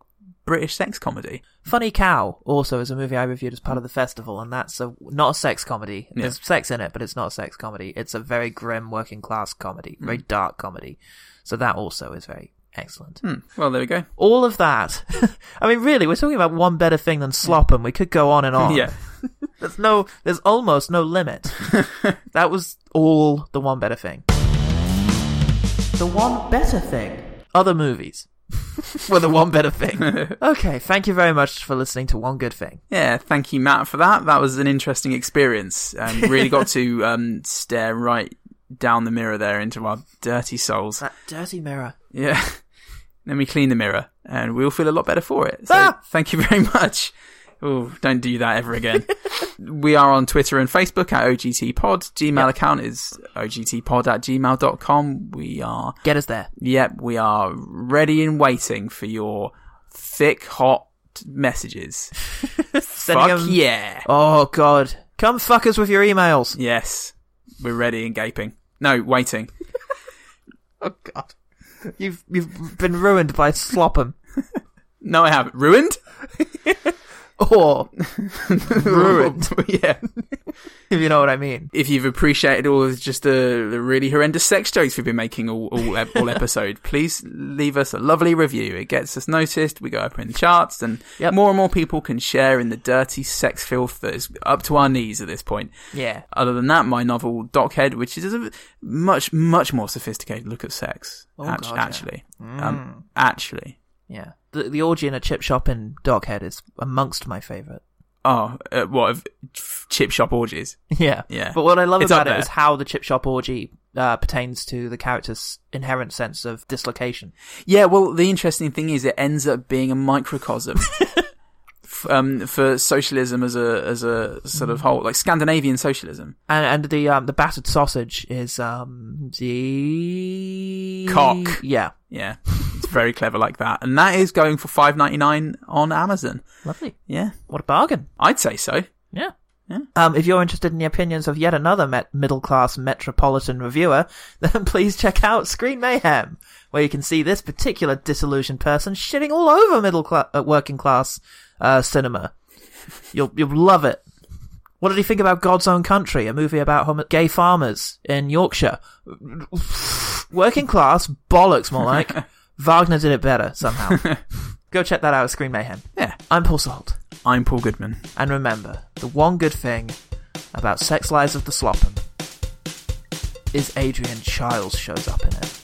[SPEAKER 3] British sex comedy.
[SPEAKER 2] Funny Cow also is a movie I reviewed as part of the festival, and that's a not a sex comedy.
[SPEAKER 3] Yeah.
[SPEAKER 2] There's sex in it, but it's not a sex comedy. It's a very grim working class comedy,
[SPEAKER 3] Hmm.
[SPEAKER 2] very dark comedy. So that also is very excellent.
[SPEAKER 3] Hmm. Well, there we go.
[SPEAKER 2] All of that. I mean, really, we're talking about one better thing than slop, and we could go on and on.
[SPEAKER 3] Yeah.
[SPEAKER 2] There's no, there's almost no limit. that was all the one better thing. The one better thing. Other movies were the one better thing. okay, thank you very much for listening to One Good Thing.
[SPEAKER 3] Yeah, thank you, Matt, for that. That was an interesting experience. Um, really got to um, stare right down the mirror there into our dirty souls.
[SPEAKER 2] That dirty mirror.
[SPEAKER 3] Yeah. Then we clean the mirror and we'll feel a lot better for it. So
[SPEAKER 2] Ah!
[SPEAKER 3] thank you very much. Oh, don't do that ever again. we are on Twitter and Facebook at OGT Pod. Gmail account is ogtpod at gmail.com. We are,
[SPEAKER 2] Get us there.
[SPEAKER 3] yep, we are ready and waiting for your thick, hot messages.
[SPEAKER 2] Sending
[SPEAKER 3] Fuck
[SPEAKER 2] them-
[SPEAKER 3] yeah.
[SPEAKER 2] Oh god. Come fuck us with your emails.
[SPEAKER 3] Yes. We're ready and gaping. No, waiting.
[SPEAKER 2] Oh god. You've you've been ruined by Slopham.
[SPEAKER 3] No, I haven't. Ruined?
[SPEAKER 2] Or ruined,
[SPEAKER 3] yeah.
[SPEAKER 2] if you know what I mean.
[SPEAKER 3] If you've appreciated all of just the, the really horrendous sex jokes we've been making all, all, ep- all episode, please leave us a lovely review. It gets us noticed. We go up in the charts and
[SPEAKER 2] Yep.
[SPEAKER 3] more and more people can share in the dirty sex filth that is up to our knees at this point.
[SPEAKER 2] Yeah.
[SPEAKER 3] Other than that, my novel Dockhead, which is a much, much more sophisticated look at sex.
[SPEAKER 2] Oh,
[SPEAKER 3] act-
[SPEAKER 2] God, yeah. Mm.
[SPEAKER 3] actually. Um, actually.
[SPEAKER 2] Yeah. The the orgy in a chip shop in Doghead is amongst my favourite.
[SPEAKER 3] Oh, uh, what of chip shop orgies?
[SPEAKER 2] Yeah.
[SPEAKER 3] Yeah.
[SPEAKER 2] But what I love
[SPEAKER 3] It's up
[SPEAKER 2] about it
[SPEAKER 3] there.
[SPEAKER 2] is how the chip shop orgy uh, pertains to the character's inherent sense of dislocation.
[SPEAKER 3] Yeah. Well, the interesting thing is, it ends up being a microcosm f- um, for socialism as a as a sort of whole, like Scandinavian socialism.
[SPEAKER 2] And and the um the battered sausage is um the
[SPEAKER 3] Cock.
[SPEAKER 2] Yeah.
[SPEAKER 3] Yeah, it's very clever like that, and that is going for five ninety nine on Amazon.
[SPEAKER 2] Lovely.
[SPEAKER 3] Yeah,
[SPEAKER 2] What a bargain.
[SPEAKER 3] I'd say so.
[SPEAKER 2] Yeah. Um, if you're interested in the opinions of yet another met- middle class metropolitan reviewer, then please check out Screen Mayhem, where you can see this particular disillusioned person shitting all over middle class, uh, working class, uh, cinema. You'll, you'll love it. What did he think about God's Own Country, a movie about homo- gay farmers in Yorkshire? Working class bollocks, more like. Wagner did it better somehow. Go check that out at Screen Mayhem.
[SPEAKER 3] Yeah.
[SPEAKER 2] I'm Paul Salt.
[SPEAKER 3] I'm Paul Goodman.
[SPEAKER 2] And remember, the one good thing about Sex Lives of the Sloppen is Adrian Childs shows up in it.